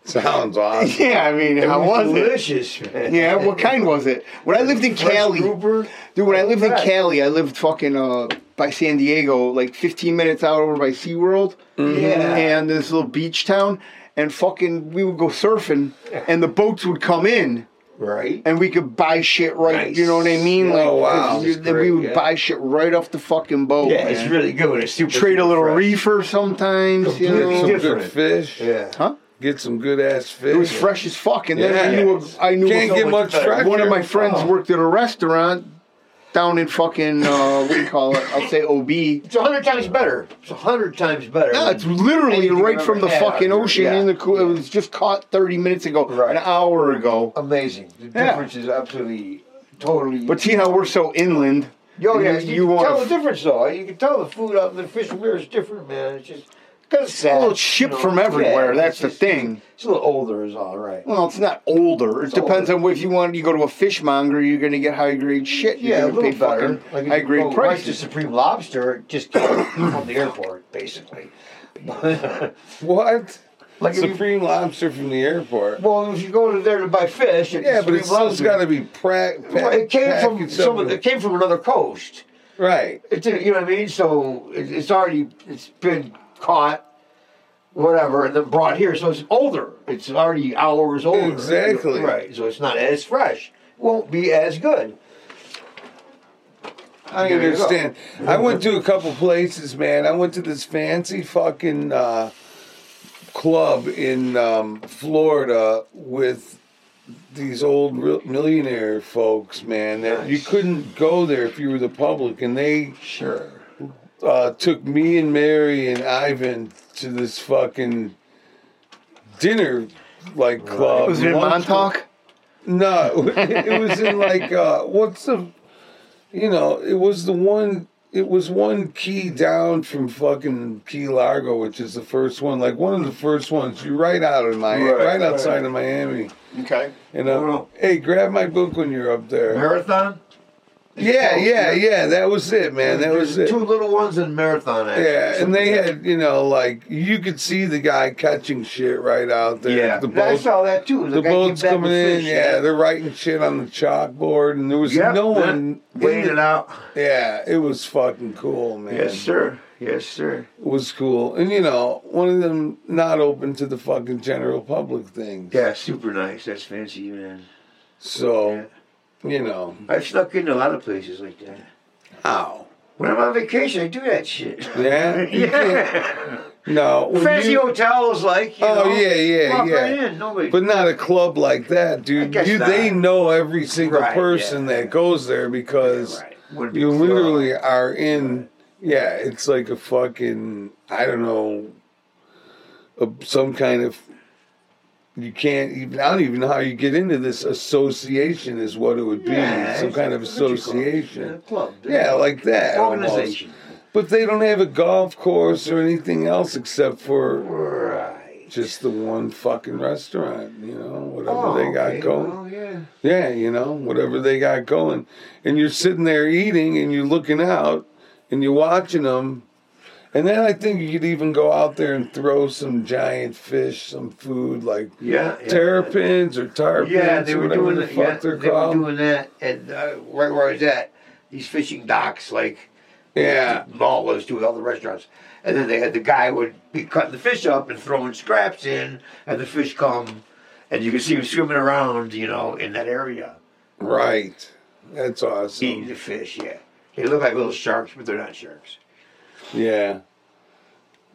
Speaker 1: Sounds
Speaker 3: (laughs)
Speaker 1: awesome.
Speaker 2: (laughs) Yeah, I mean,
Speaker 3: It
Speaker 2: how
Speaker 3: was
Speaker 2: was it?
Speaker 3: delicious, man.
Speaker 2: Yeah, what kind was it? When I lived in
Speaker 3: Fresh
Speaker 2: Cali,
Speaker 3: grouper.
Speaker 2: dude. When I lived in
Speaker 3: Right.
Speaker 2: Cali, I lived fucking uh by San Diego, like 15 minutes out over by SeaWorld.
Speaker 3: Mm-hmm. Yeah.
Speaker 2: And this little beach town, and fucking we would go surfing, and the boats would come in.
Speaker 3: Right.
Speaker 2: and we could buy shit right.
Speaker 3: Nice.
Speaker 2: You know what I mean?
Speaker 3: Yeah.
Speaker 2: Like,
Speaker 1: Oh, wow.
Speaker 2: we-
Speaker 3: This is
Speaker 2: then we
Speaker 3: great,
Speaker 2: would
Speaker 3: yeah.
Speaker 2: buy shit right off the fucking boat.
Speaker 3: Yeah, it's
Speaker 2: man.
Speaker 3: really good. It's super.
Speaker 2: Trade a
Speaker 3: super
Speaker 2: little
Speaker 3: fresh.
Speaker 2: reefer sometimes. You
Speaker 1: Get
Speaker 3: Completely
Speaker 1: some
Speaker 2: know,
Speaker 3: different.
Speaker 1: good fish.
Speaker 3: Yeah.
Speaker 2: huh?
Speaker 1: Get some good ass fish.
Speaker 2: It was fresh as fuck, and then
Speaker 1: Yeah.
Speaker 2: I knew a, I knew a-
Speaker 1: Can't get much
Speaker 3: better.
Speaker 1: traction.
Speaker 2: one of my friends
Speaker 3: Oh.
Speaker 2: worked at a restaurant down in fucking uh, what do you call it? I'll say OB.
Speaker 3: It's a hundred times better. It's a hundred times better.
Speaker 2: No,
Speaker 3: than-
Speaker 2: it's literally
Speaker 3: Anything you
Speaker 2: right from
Speaker 3: ever
Speaker 2: the
Speaker 3: had
Speaker 2: fucking
Speaker 3: out here,
Speaker 2: ocean
Speaker 3: yeah.
Speaker 2: in the cool. It was just caught 30 minutes ago,
Speaker 3: Right.
Speaker 2: an hour ago.
Speaker 3: amazing. The
Speaker 2: Yeah.
Speaker 3: difference is absolutely, totally.
Speaker 2: But see how we're so inland.
Speaker 3: Yo,
Speaker 2: you-
Speaker 3: yeah, you,
Speaker 2: you
Speaker 3: can
Speaker 2: wanna
Speaker 3: tell
Speaker 2: f-
Speaker 3: the difference though. You can tell the food out the fish from here is different, man. It's just Because it's sad.
Speaker 2: Well, it's shipped from everywhere, that's
Speaker 3: it's
Speaker 2: the
Speaker 3: just-
Speaker 2: thing.
Speaker 3: It's a little older, is all right.
Speaker 2: Well, it's not older. It
Speaker 3: It's
Speaker 2: depends
Speaker 3: older.
Speaker 2: on if you want. You go to a fishmonger, you're going to get high grade shit. You're
Speaker 3: Yeah, a
Speaker 2: gonna
Speaker 3: little
Speaker 2: pay
Speaker 3: better.
Speaker 2: fucking
Speaker 3: Like oh, if
Speaker 2: high
Speaker 3: you
Speaker 2: grade
Speaker 3: go Right to
Speaker 2: prices.
Speaker 3: Supreme Lobster, just (coughs) from the airport, basically.
Speaker 1: What?
Speaker 3: Like if you-
Speaker 1: Supreme lobster from the airport.
Speaker 3: well, if you go to there to buy fish, at
Speaker 1: Yeah, but
Speaker 3: Supreme
Speaker 1: it's has
Speaker 3: Lobster-
Speaker 1: got to be pra- pa-
Speaker 3: Well, it came from
Speaker 1: packaged
Speaker 3: some.
Speaker 1: up.
Speaker 3: It came from another coast.
Speaker 1: Right.
Speaker 3: It didn't, you know what I mean? So it, it's already it's been caught, whatever, and then brought here. So it's older. It's already hours older.
Speaker 1: Exactly.
Speaker 3: Right. So it's not as fresh. Won't be as good.
Speaker 1: I
Speaker 3: There you go.
Speaker 1: understand. I went to a couple places, man. I went to this fancy fucking uh, club in um, Florida with these old real- millionaire folks, man. That you
Speaker 3: Nice.
Speaker 1: couldn't go there if you were the public, and they
Speaker 3: Sure.
Speaker 1: uh, took me and Mary and Ivan to this fucking dinner like
Speaker 3: Uh,
Speaker 1: club.
Speaker 2: Was it in
Speaker 1: lunch
Speaker 2: Montauk?
Speaker 1: no, (laughs) it was in like uh, what's the, you know, it was the one. It was one key down from fucking Key Largo, which is the first one, like one of the first ones. You're right out of Miami,
Speaker 3: Right,
Speaker 1: right,
Speaker 3: right.
Speaker 1: outside of Miami.
Speaker 2: Okay.
Speaker 1: And uh,
Speaker 3: Wow.
Speaker 1: hey, grab my book when you're up there.
Speaker 3: Marathon.
Speaker 1: Yeah, yeah, yeah. That was it, man. That was it.
Speaker 3: Two little ones in marathon. Actually,
Speaker 1: Yeah, and
Speaker 3: Something
Speaker 1: they
Speaker 3: like
Speaker 1: had, you know, like you could see the guy catching shit right out there.
Speaker 3: Yeah.
Speaker 1: the
Speaker 3: I
Speaker 1: boat
Speaker 3: saw that too.
Speaker 1: the
Speaker 3: guy
Speaker 1: boat's
Speaker 3: came back
Speaker 1: coming
Speaker 3: with
Speaker 1: in.
Speaker 3: fish,
Speaker 1: Yeah, they're writing shit on the chalkboard, and there was
Speaker 3: Yep,
Speaker 1: no
Speaker 3: that-
Speaker 1: one. in
Speaker 3: Weighing
Speaker 1: the-
Speaker 3: it out.
Speaker 1: Yeah, it was fucking cool, man.
Speaker 3: Yes, sir. Yes, sir.
Speaker 1: It was cool, and you know, one of them not open to the fucking general public things.
Speaker 3: Yeah, super nice. That's fancy, man.
Speaker 1: So, you know,
Speaker 3: I've snuck into a lot of places like that.
Speaker 1: how?
Speaker 3: When I'm on vacation, I do that shit.
Speaker 1: (laughs) Yeah, You
Speaker 3: (laughs) yeah.
Speaker 1: can't- No, when
Speaker 3: Fancy
Speaker 1: you-
Speaker 3: hotels, like, you
Speaker 1: Oh,
Speaker 3: know,
Speaker 1: yeah, yeah,
Speaker 3: walk
Speaker 1: yeah.
Speaker 3: right in, nobody.
Speaker 1: but not a club like that, dude.
Speaker 3: guess
Speaker 1: You,
Speaker 3: not.
Speaker 1: they know every single
Speaker 3: Right,
Speaker 1: person
Speaker 3: yeah.
Speaker 1: that goes there because.
Speaker 3: Right. Wouldn't be
Speaker 1: You
Speaker 3: club.
Speaker 1: literally are in. Yeah, it's like a fucking. I don't know. A, some kind of. You can't even. I don't even know how you get into this association. Is what it would be.
Speaker 3: Yeah,
Speaker 1: some
Speaker 3: it's
Speaker 1: kind of
Speaker 3: what you call it, a
Speaker 1: association.
Speaker 3: club.
Speaker 1: Yeah, like that. almost.
Speaker 3: organization.
Speaker 1: But they don't have a golf course or anything else except for
Speaker 3: Right.
Speaker 1: just the one fucking restaurant. You know, whatever
Speaker 3: Oh,
Speaker 1: they got
Speaker 3: okay.
Speaker 1: going.
Speaker 3: Well, yeah.
Speaker 1: Yeah, you know, whatever they got going. And you're sitting there eating and you're looking out and you're watching them. And then I think you could even go out there and throw some giant fish, some food like
Speaker 3: Yeah. yeah.
Speaker 1: terrapins or tarpons
Speaker 3: Yeah, they
Speaker 1: or
Speaker 3: were
Speaker 1: whatever
Speaker 3: doing
Speaker 1: the
Speaker 3: that.
Speaker 1: fuck
Speaker 3: Yeah,
Speaker 1: they're
Speaker 3: they were
Speaker 1: called.
Speaker 3: doing that, and uh, right where I was at, these fishing docks, like
Speaker 1: yeah,
Speaker 3: mall was to with all the restaurants, and then they had the guy would be cutting the fish up and throwing scraps in, and the fish come, and you could see him swimming around, you know, in that area
Speaker 1: right. That's
Speaker 3: eating
Speaker 1: awesome.
Speaker 3: the fish. Yeah, they look like little sharks, but they're not sharks.
Speaker 1: Yeah.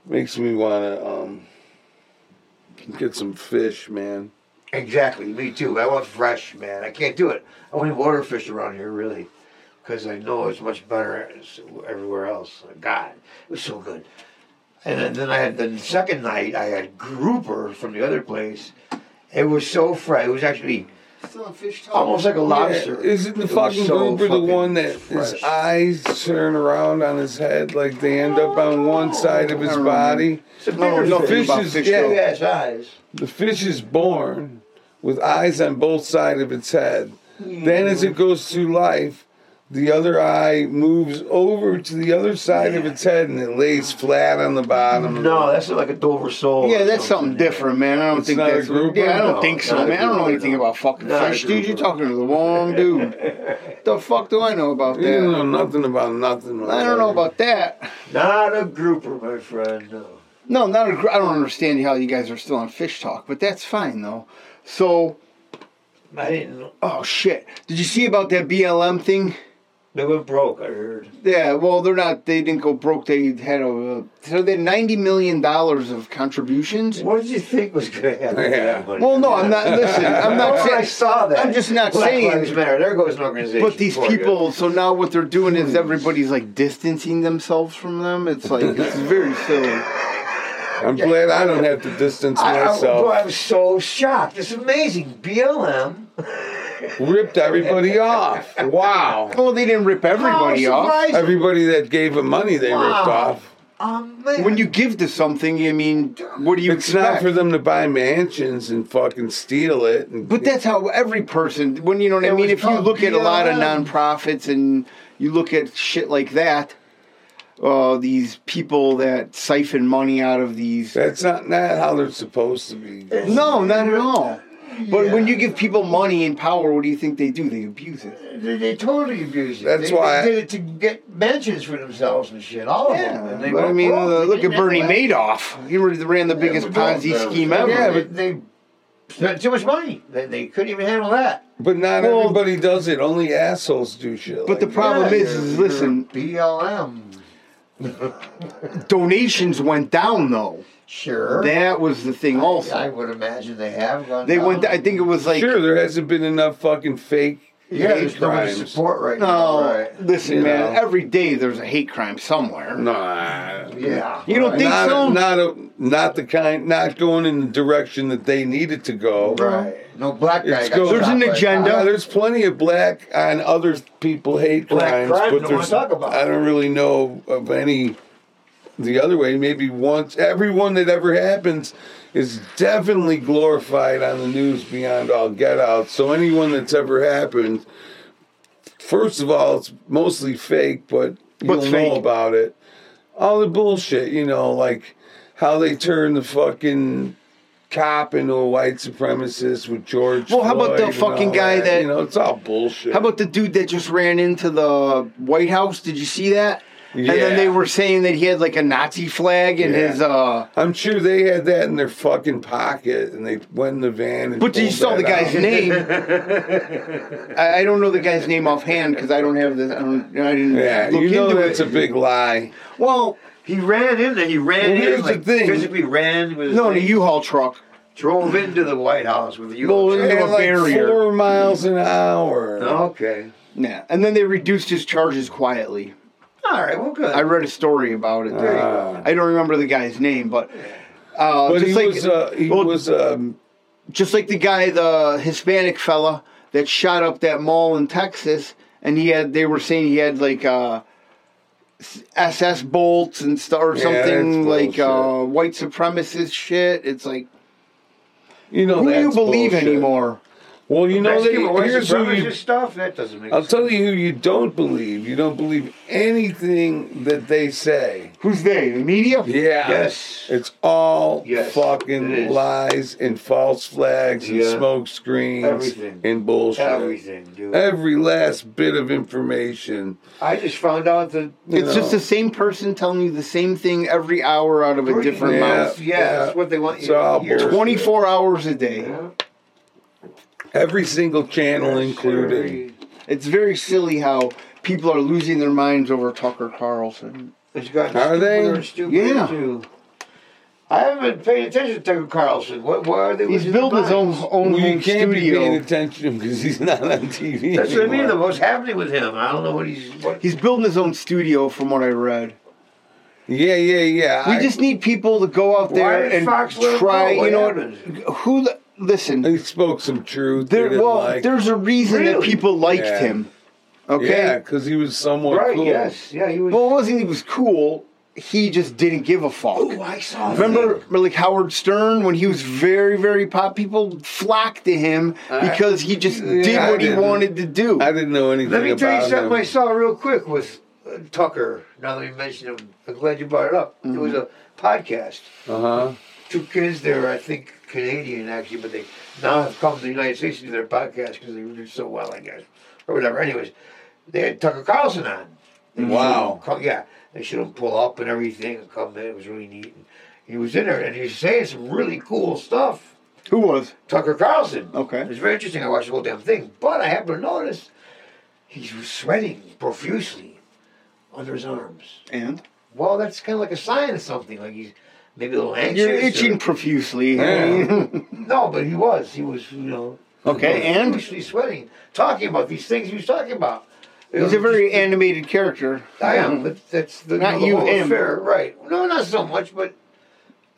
Speaker 1: Makes me want to um, get some fish, man.
Speaker 3: Exactly, me too. I want fresh, man. I can't do it. I only water fish around here, really, because I know it's much better as- everywhere else. God, it was so good. And then, then I had the second night. I had grouper from the other place. It was so fresh. It was actually
Speaker 2: Still in fish
Speaker 3: almost like a lobster.
Speaker 1: Yeah, Isn't the
Speaker 3: It was
Speaker 1: fucking
Speaker 3: so
Speaker 1: grouper the
Speaker 3: fucking
Speaker 1: one that
Speaker 3: fresh.
Speaker 1: his eyes turn around on his head, like they end up on one side of his
Speaker 2: I remember.
Speaker 1: body?
Speaker 3: It's a
Speaker 2: No,
Speaker 3: bigger
Speaker 2: no,
Speaker 1: The
Speaker 3: fish.
Speaker 1: fish
Speaker 2: about
Speaker 1: is
Speaker 2: fish,
Speaker 1: yeah,
Speaker 2: though.
Speaker 3: Big ass eyes.
Speaker 1: the fish is born with eyes on both sides of its head. Then, as
Speaker 3: Mm.
Speaker 1: it goes through life, the other eye moves over to the other side of its head and it lays flat on the bottom.
Speaker 3: No, that's like a Dover sole.
Speaker 2: Yeah,
Speaker 3: or
Speaker 2: that's something different, man. I don't
Speaker 1: It's
Speaker 2: think
Speaker 1: not a
Speaker 2: that's.
Speaker 1: grouper?
Speaker 2: Yeah, I don't
Speaker 3: No,
Speaker 2: think so,
Speaker 3: not a
Speaker 2: man. I don't know
Speaker 3: grouper,
Speaker 2: anything
Speaker 3: no.
Speaker 2: about fucking
Speaker 3: Not a
Speaker 2: fish, dude. You're
Speaker 3: grouper.
Speaker 2: talking to the wrong dude.
Speaker 3: (laughs)
Speaker 2: the fuck do I know about
Speaker 1: You don't
Speaker 2: that?
Speaker 1: know nothing about nothing.
Speaker 2: I don't know about that.
Speaker 3: Not a grouper, my friend. No.
Speaker 2: No, not. A, gr- I don't understand how you guys are still on fish talk, but that's fine though. So,
Speaker 3: I didn't. know.
Speaker 2: oh shit, did you see about that BLM thing?
Speaker 3: They went broke. I heard.
Speaker 2: Yeah, well, they're not. They didn't go broke. They had a so they had ninety million dollars of contributions.
Speaker 3: What did you think was going to happen? to
Speaker 1: Yeah.
Speaker 3: that money?
Speaker 2: Well, no, I'm not. Listen, I'm not
Speaker 3: Well, I
Speaker 2: saying.
Speaker 3: saw that.
Speaker 2: I'm just not
Speaker 3: Black
Speaker 2: saying-
Speaker 3: Lives Matter. There goes an organization.
Speaker 2: But these
Speaker 3: for you.
Speaker 2: people, so now what they're doing is everybody's like distancing themselves from them. It's like it's very silly.
Speaker 1: I'm glad I don't have to distance
Speaker 3: I, I, boy,
Speaker 1: myself.
Speaker 3: I was so shocked. It's amazing. BLM.
Speaker 1: Ripped everybody off. Wow.
Speaker 2: Well, they didn't rip everybody
Speaker 3: How
Speaker 2: off.
Speaker 3: surprising.
Speaker 1: Everybody that gave him money, they ripped
Speaker 3: Wow.
Speaker 1: off.
Speaker 3: Um, man.
Speaker 2: When you give to something, I mean, what do you
Speaker 1: It's not
Speaker 2: expect?
Speaker 1: for them to buy mansions and fucking steal it. And,
Speaker 2: But that's how every person, when you know what
Speaker 3: It
Speaker 2: I mean,
Speaker 3: was
Speaker 2: if you
Speaker 3: called
Speaker 2: look at a lot of
Speaker 3: BLM.
Speaker 2: nonprofits and you look at shit like that, uh, these people that siphon money out of these.
Speaker 1: that's not not how they're supposed to be.
Speaker 2: No, not at all. But when
Speaker 3: Yeah.
Speaker 2: you give people money and power, what do you think they do? They abuse it.
Speaker 3: They, they totally abused it.
Speaker 1: That's
Speaker 3: they,
Speaker 1: why-
Speaker 3: they did it to get mansions for themselves and shit. All of them. And
Speaker 2: Yeah,
Speaker 3: they
Speaker 2: but I
Speaker 3: went
Speaker 2: mean,
Speaker 3: broke.
Speaker 2: uh,
Speaker 3: They
Speaker 2: look at
Speaker 3: didn't have
Speaker 2: Bernie
Speaker 3: that.
Speaker 2: Madoff. He ran the biggest
Speaker 3: They were broke.
Speaker 2: Ponzi
Speaker 3: They-
Speaker 2: scheme
Speaker 3: they-
Speaker 2: ever.
Speaker 3: Yeah, but they spent too much money. They, they couldn't even handle that.
Speaker 1: But not
Speaker 2: Well-
Speaker 1: everybody does it. Only assholes do shit.
Speaker 2: But the
Speaker 1: like that.
Speaker 2: Problem
Speaker 3: Yeah,
Speaker 2: is,
Speaker 3: you're-
Speaker 2: is
Speaker 3: you're
Speaker 2: listen-
Speaker 3: BLM.
Speaker 2: Donations went down though.
Speaker 3: Sure.
Speaker 2: That was the thing.
Speaker 3: I
Speaker 2: Also,
Speaker 3: would imagine they have gone.
Speaker 2: they
Speaker 3: down.
Speaker 2: went. I think it was like
Speaker 1: sure, there hasn't been enough fucking fake
Speaker 3: Yeah,
Speaker 1: hate
Speaker 3: there's no much
Speaker 1: crimes.
Speaker 3: support right
Speaker 2: No,
Speaker 3: now. Right.
Speaker 2: listen,
Speaker 1: You
Speaker 2: man.
Speaker 1: know.
Speaker 2: Every day there's a hate crime somewhere.
Speaker 1: Nah.
Speaker 3: Yeah.
Speaker 2: You don't think-
Speaker 1: Not,
Speaker 2: so?
Speaker 1: not a, not the kind, not going in the direction that they needed to go.
Speaker 3: Right. No black guy.
Speaker 1: It's
Speaker 3: got
Speaker 1: go-
Speaker 2: There's
Speaker 3: shot
Speaker 2: an
Speaker 3: by a cop.
Speaker 2: agenda.
Speaker 1: Yeah, there's plenty of black on other people hate
Speaker 3: Black
Speaker 1: crimes, but
Speaker 3: crime, don't
Speaker 1: there's
Speaker 3: wanna talk about
Speaker 1: I
Speaker 3: it.
Speaker 1: don't really know of any the other way. Maybe once every one that ever happens is definitely glorified on the news beyond all get out. So anyone that's ever happened, first of all, it's mostly fake, but you
Speaker 2: What's
Speaker 1: don't know
Speaker 2: fake?
Speaker 1: about it. All the bullshit, you know, like how they turn the fucking cop into a white supremacist with George.
Speaker 2: Well, how about the
Speaker 1: Floyd and
Speaker 2: fucking
Speaker 1: all
Speaker 2: guy that-
Speaker 1: you know? It's all bullshit.
Speaker 2: How about the dude that just ran into the White House? Did you see that? And
Speaker 1: Yeah.
Speaker 2: then they were saying that he had like a Nazi flag in
Speaker 1: Yeah.
Speaker 2: his. uh
Speaker 1: I'm sure they had that in their fucking pocket, and they went in the van. And
Speaker 2: But you
Speaker 1: pulled
Speaker 2: saw
Speaker 1: that
Speaker 2: the guy's
Speaker 1: out. (laughs)
Speaker 2: name. I, I don't know the guy's name offhand because I don't have this. I, don't, I didn't
Speaker 1: Yeah,
Speaker 2: look
Speaker 1: you know
Speaker 2: into
Speaker 1: that's
Speaker 2: it.
Speaker 1: a big lie.
Speaker 2: well,
Speaker 3: He ran in there. He ran
Speaker 1: Well, here's
Speaker 3: in.
Speaker 1: the
Speaker 3: Like,
Speaker 1: thing.
Speaker 3: Physically ran with. his
Speaker 2: no, in a
Speaker 3: thing,
Speaker 2: U-Haul truck.
Speaker 3: drove into the White House with you.
Speaker 2: Well,
Speaker 1: At
Speaker 2: Into a
Speaker 1: like
Speaker 2: barrier.
Speaker 1: four miles an hour.
Speaker 3: Okay.
Speaker 2: Yeah, and then they reduced his charges quietly.
Speaker 3: All right. Well, good.
Speaker 2: I read a story about it.
Speaker 1: you go.
Speaker 2: I don't remember the guy's name, but uh,
Speaker 1: Ah. but
Speaker 2: just
Speaker 1: he
Speaker 2: like
Speaker 1: was uh, he
Speaker 2: well,
Speaker 1: was um,
Speaker 2: just like the guy, the Hispanic fella that shot up that mall in Texas, and he had they were saying he had like uh, SS bolts and stuff or
Speaker 1: Yeah, that's
Speaker 2: something like uh,
Speaker 1: bullshit.
Speaker 2: white supremacist shit. It's like
Speaker 1: you know
Speaker 2: who do you
Speaker 1: that's
Speaker 2: believe
Speaker 1: bullshit.
Speaker 2: anymore?
Speaker 1: Well, you know
Speaker 3: Mexican
Speaker 1: that
Speaker 3: white
Speaker 1: here's who
Speaker 3: supremacist
Speaker 1: you
Speaker 3: stuff that doesn't make
Speaker 1: I'll
Speaker 3: sense.
Speaker 1: tell you who you don't believe. You don't believe anything that they say.
Speaker 2: Who's they? The media?
Speaker 1: Yeah.
Speaker 3: Yes.
Speaker 1: It's all
Speaker 3: Yes,
Speaker 1: fucking
Speaker 3: it is.
Speaker 1: lies and false flags and
Speaker 3: Yeah.
Speaker 1: smoke screens
Speaker 3: Everything.
Speaker 1: and bullshit.
Speaker 3: Everything, dude.
Speaker 1: Every last bit of information.
Speaker 3: I just found out that
Speaker 1: you
Speaker 2: It's just
Speaker 1: know.
Speaker 2: the same person telling you the same thing every hour out of a
Speaker 3: Pretty
Speaker 2: different
Speaker 1: yeah.
Speaker 2: mouth.
Speaker 3: much, Yeah, that's what they want you
Speaker 1: It's all
Speaker 3: to hear.
Speaker 1: bullshit.
Speaker 2: 24 hours a day.
Speaker 3: Yeah.
Speaker 1: every single channel included.
Speaker 2: It's very silly how people are losing their minds over Tucker Carlson.
Speaker 3: It's gotten
Speaker 1: Are
Speaker 3: Are
Speaker 1: they?
Speaker 3: they? And stupider
Speaker 2: Yeah.
Speaker 3: Too. I haven't been paying attention to Tucker Carlson. What? Why are they?
Speaker 2: He's
Speaker 3: losing
Speaker 2: built
Speaker 3: their
Speaker 2: his own
Speaker 3: minds?
Speaker 2: own
Speaker 1: Well, you
Speaker 2: home
Speaker 1: can't be paying
Speaker 2: studio.
Speaker 1: attention because he's not on TV.
Speaker 3: That's what I mean.
Speaker 1: anymore.
Speaker 3: The most happening with him. I don't know what he's. What,
Speaker 2: He's building his own studio, from what I read.
Speaker 1: Yeah, yeah, yeah.
Speaker 2: We
Speaker 1: I-
Speaker 2: just need people to go out
Speaker 3: Why
Speaker 2: there
Speaker 3: did
Speaker 2: and
Speaker 3: Fox let him
Speaker 2: try.
Speaker 3: go? What
Speaker 2: You know what?
Speaker 3: happened?
Speaker 2: Who? The, listen,
Speaker 1: he spoke some truth. they
Speaker 2: there.
Speaker 1: didn't
Speaker 2: Well,
Speaker 1: like.
Speaker 2: there's a reason that
Speaker 3: Really?
Speaker 2: people liked
Speaker 1: Yeah.
Speaker 2: him. Okay.
Speaker 1: yeah, because he was somewhat
Speaker 3: right?
Speaker 1: cool.
Speaker 3: Yes. Yeah. He was.
Speaker 2: Well, it wasn't. He was cool. He just didn't give a fuck.
Speaker 3: oh, I saw.
Speaker 2: Remember,
Speaker 3: that.
Speaker 2: like Howard Stern, when he was very, very pop, people flocked to him because he just did
Speaker 1: I
Speaker 2: what he
Speaker 1: didn't.
Speaker 2: wanted to do.
Speaker 1: I didn't know anything
Speaker 3: Let me
Speaker 1: about
Speaker 3: tell you something I
Speaker 1: him.
Speaker 3: saw real quick with uh, Tucker. Now that you mentioned him, I'm glad you brought it up. It was a
Speaker 1: Mm-hmm.
Speaker 3: podcast.
Speaker 1: Uh-huh.
Speaker 3: two kids there, I think Canadian actually, but they now have come to the United States to do their podcast because they do so well, I guess, or whatever. Anyways, they had Tucker Carlson on. They showed
Speaker 1: Wow.
Speaker 3: him come- yeah, they showed him pull up and everything and come in. It was really neat. And he was in there and he was saying some really cool stuff.
Speaker 2: Who was?
Speaker 3: Tucker Carlson.
Speaker 2: Okay.
Speaker 3: It was very interesting. I watched the whole damn thing, but I happened to notice he was sweating profusely under his arms.
Speaker 2: And
Speaker 3: Well, that's kind of like a sign of something. Like he's maybe a little anxious.
Speaker 2: you're
Speaker 3: or-
Speaker 2: itching profusely.
Speaker 1: Yeah.
Speaker 3: no, but he was. He was, you know.
Speaker 2: Okay, and?
Speaker 3: Actually sweating, talking about these things he was talking about.
Speaker 2: (laughs) He's a very animated character.
Speaker 3: I am, but that's the,
Speaker 2: Not
Speaker 3: the
Speaker 2: you,
Speaker 3: whole
Speaker 2: him.
Speaker 3: affair, right? No, not so much, but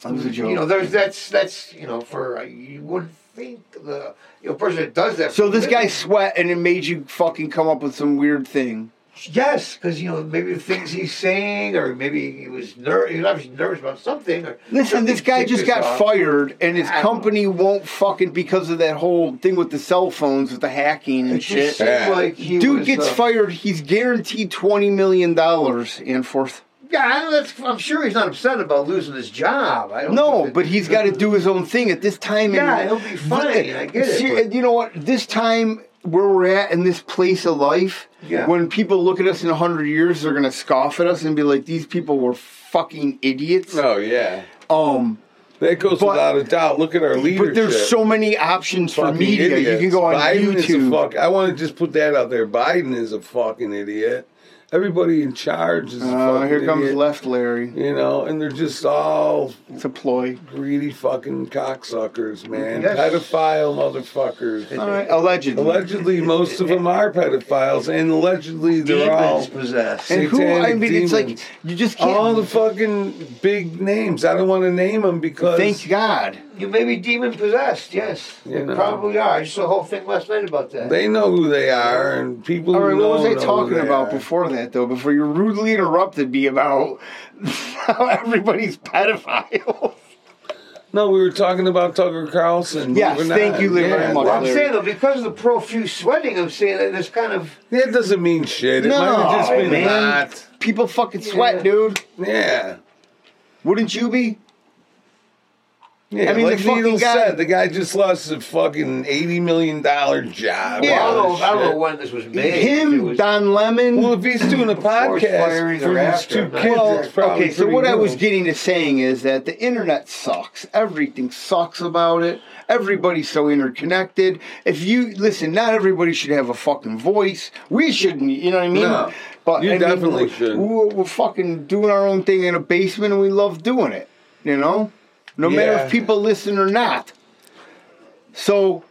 Speaker 2: That was a joke.
Speaker 3: you know, there's that's that's you know, for uh, you wouldn't think the you know person that does that.
Speaker 2: so
Speaker 3: for a
Speaker 2: this guy
Speaker 3: living-
Speaker 2: sweat and it made you fucking come up with some weird thing.
Speaker 3: Yes, because you know maybe the things he's saying, or maybe he was nervous. He was obviously nervous about something. Or
Speaker 2: Listen, this guy
Speaker 3: Something
Speaker 2: just
Speaker 3: ticked us
Speaker 2: got
Speaker 3: off.
Speaker 2: fired, and his
Speaker 3: I don't
Speaker 2: company won't fucking because of that whole thing with the cell phones, with the hacking and
Speaker 3: It just
Speaker 2: shit.
Speaker 3: seemed
Speaker 1: Yeah.
Speaker 3: like he
Speaker 2: Dude
Speaker 3: was,
Speaker 2: gets
Speaker 3: uh,
Speaker 2: fired. He's guaranteed twenty million dollars and forth.
Speaker 3: Yeah, I know that's, I'm sure he's not upset about losing his job. I don't
Speaker 2: No,
Speaker 3: think
Speaker 2: but
Speaker 3: that-
Speaker 2: he's got to do his own thing at this time.
Speaker 3: Yeah,
Speaker 2: and-
Speaker 3: he'll be fine. I get it.
Speaker 2: See,
Speaker 3: but-
Speaker 2: and you know what? This time where we're at in this place of life,
Speaker 3: Yeah.
Speaker 2: when people look at us in hundred years, they're gonna scoff at us and be like, "These people were fucking idiots."
Speaker 1: Oh yeah,
Speaker 2: Um,
Speaker 1: that goes
Speaker 2: But-
Speaker 1: without a doubt. Look at our leadership.
Speaker 2: but there's so many options for
Speaker 1: Fucking
Speaker 2: media. You
Speaker 1: idiots.
Speaker 2: can go on
Speaker 1: Biden is a
Speaker 2: YouTube.
Speaker 1: fuck- I want to just put that out there. Biden is a fucking idiot. Everybody in charge is a
Speaker 2: Uh,
Speaker 1: fucking
Speaker 2: here comes
Speaker 1: idiot,
Speaker 2: left Larry.
Speaker 1: You know, and they're just all
Speaker 2: It's a ploy.
Speaker 1: greedy fucking cocksuckers, man.
Speaker 3: Yes.
Speaker 1: Pedophile motherfuckers.
Speaker 2: All right, allegedly.
Speaker 1: Allegedly, most of them are pedophiles, and allegedly they're all
Speaker 3: demons possessed.
Speaker 2: and who? I
Speaker 1: satanic
Speaker 2: mean, it's like
Speaker 1: demons.
Speaker 2: you just can't.
Speaker 1: all the fucking big names. I don't want to name them because
Speaker 2: thank God.
Speaker 3: You may be demon possessed. Yes,
Speaker 1: You
Speaker 3: you
Speaker 1: know.
Speaker 3: probably are. I just saw a whole thing last night about that.
Speaker 1: they know who they are, and people.
Speaker 2: All right,
Speaker 1: who know,
Speaker 2: what was I
Speaker 1: know who
Speaker 2: talking
Speaker 1: they
Speaker 2: about
Speaker 1: are.
Speaker 2: before that though? Before you rudely interrupted me about (laughs) how everybody's pedophiles.
Speaker 1: No, we were talking about Tucker Carlson.
Speaker 2: Yes,
Speaker 1: Moving
Speaker 2: thank
Speaker 1: on.
Speaker 2: you very much,
Speaker 3: well, I'm
Speaker 2: Larry.
Speaker 3: saying though, because of the profuse sweating, I'm saying that there's kind of
Speaker 1: That doesn't mean shit. It
Speaker 2: No,
Speaker 1: might have just been
Speaker 2: man.
Speaker 1: hot.
Speaker 2: People fucking sweat,
Speaker 3: Yeah.
Speaker 2: dude.
Speaker 1: Yeah.
Speaker 2: Wouldn't you be?
Speaker 1: Yeah,
Speaker 2: I mean,
Speaker 1: like
Speaker 2: the fucking
Speaker 1: Needle
Speaker 2: guy-
Speaker 1: said, the guy just lost a fucking eighty million dollar job.
Speaker 2: Yeah.
Speaker 3: I,
Speaker 1: Wow,
Speaker 3: don't know, I don't
Speaker 1: shit.
Speaker 3: know when this was made. It
Speaker 2: Him,
Speaker 3: was-
Speaker 2: Don Lemon.
Speaker 1: Well, if he's doing a
Speaker 3: Before it's
Speaker 1: podcast
Speaker 3: firing
Speaker 1: for
Speaker 3: or
Speaker 1: these
Speaker 3: after,
Speaker 1: two
Speaker 3: I'm not
Speaker 1: kids,
Speaker 3: sure.
Speaker 1: it's probably
Speaker 2: okay, so
Speaker 1: pretty
Speaker 2: what I
Speaker 1: good.
Speaker 2: was getting to saying is that the internet sucks. Everything sucks about it. Everybody's so interconnected. If you listen, not everybody should have a fucking voice. We shouldn't, you know what I mean?
Speaker 1: No,
Speaker 2: but
Speaker 1: you
Speaker 2: I mean,
Speaker 1: definitely
Speaker 2: we-
Speaker 1: should.
Speaker 2: We're, we're fucking doing our own thing in a basement, and we love doing it. You know, no matter
Speaker 1: Yeah.
Speaker 2: if people listen or not. So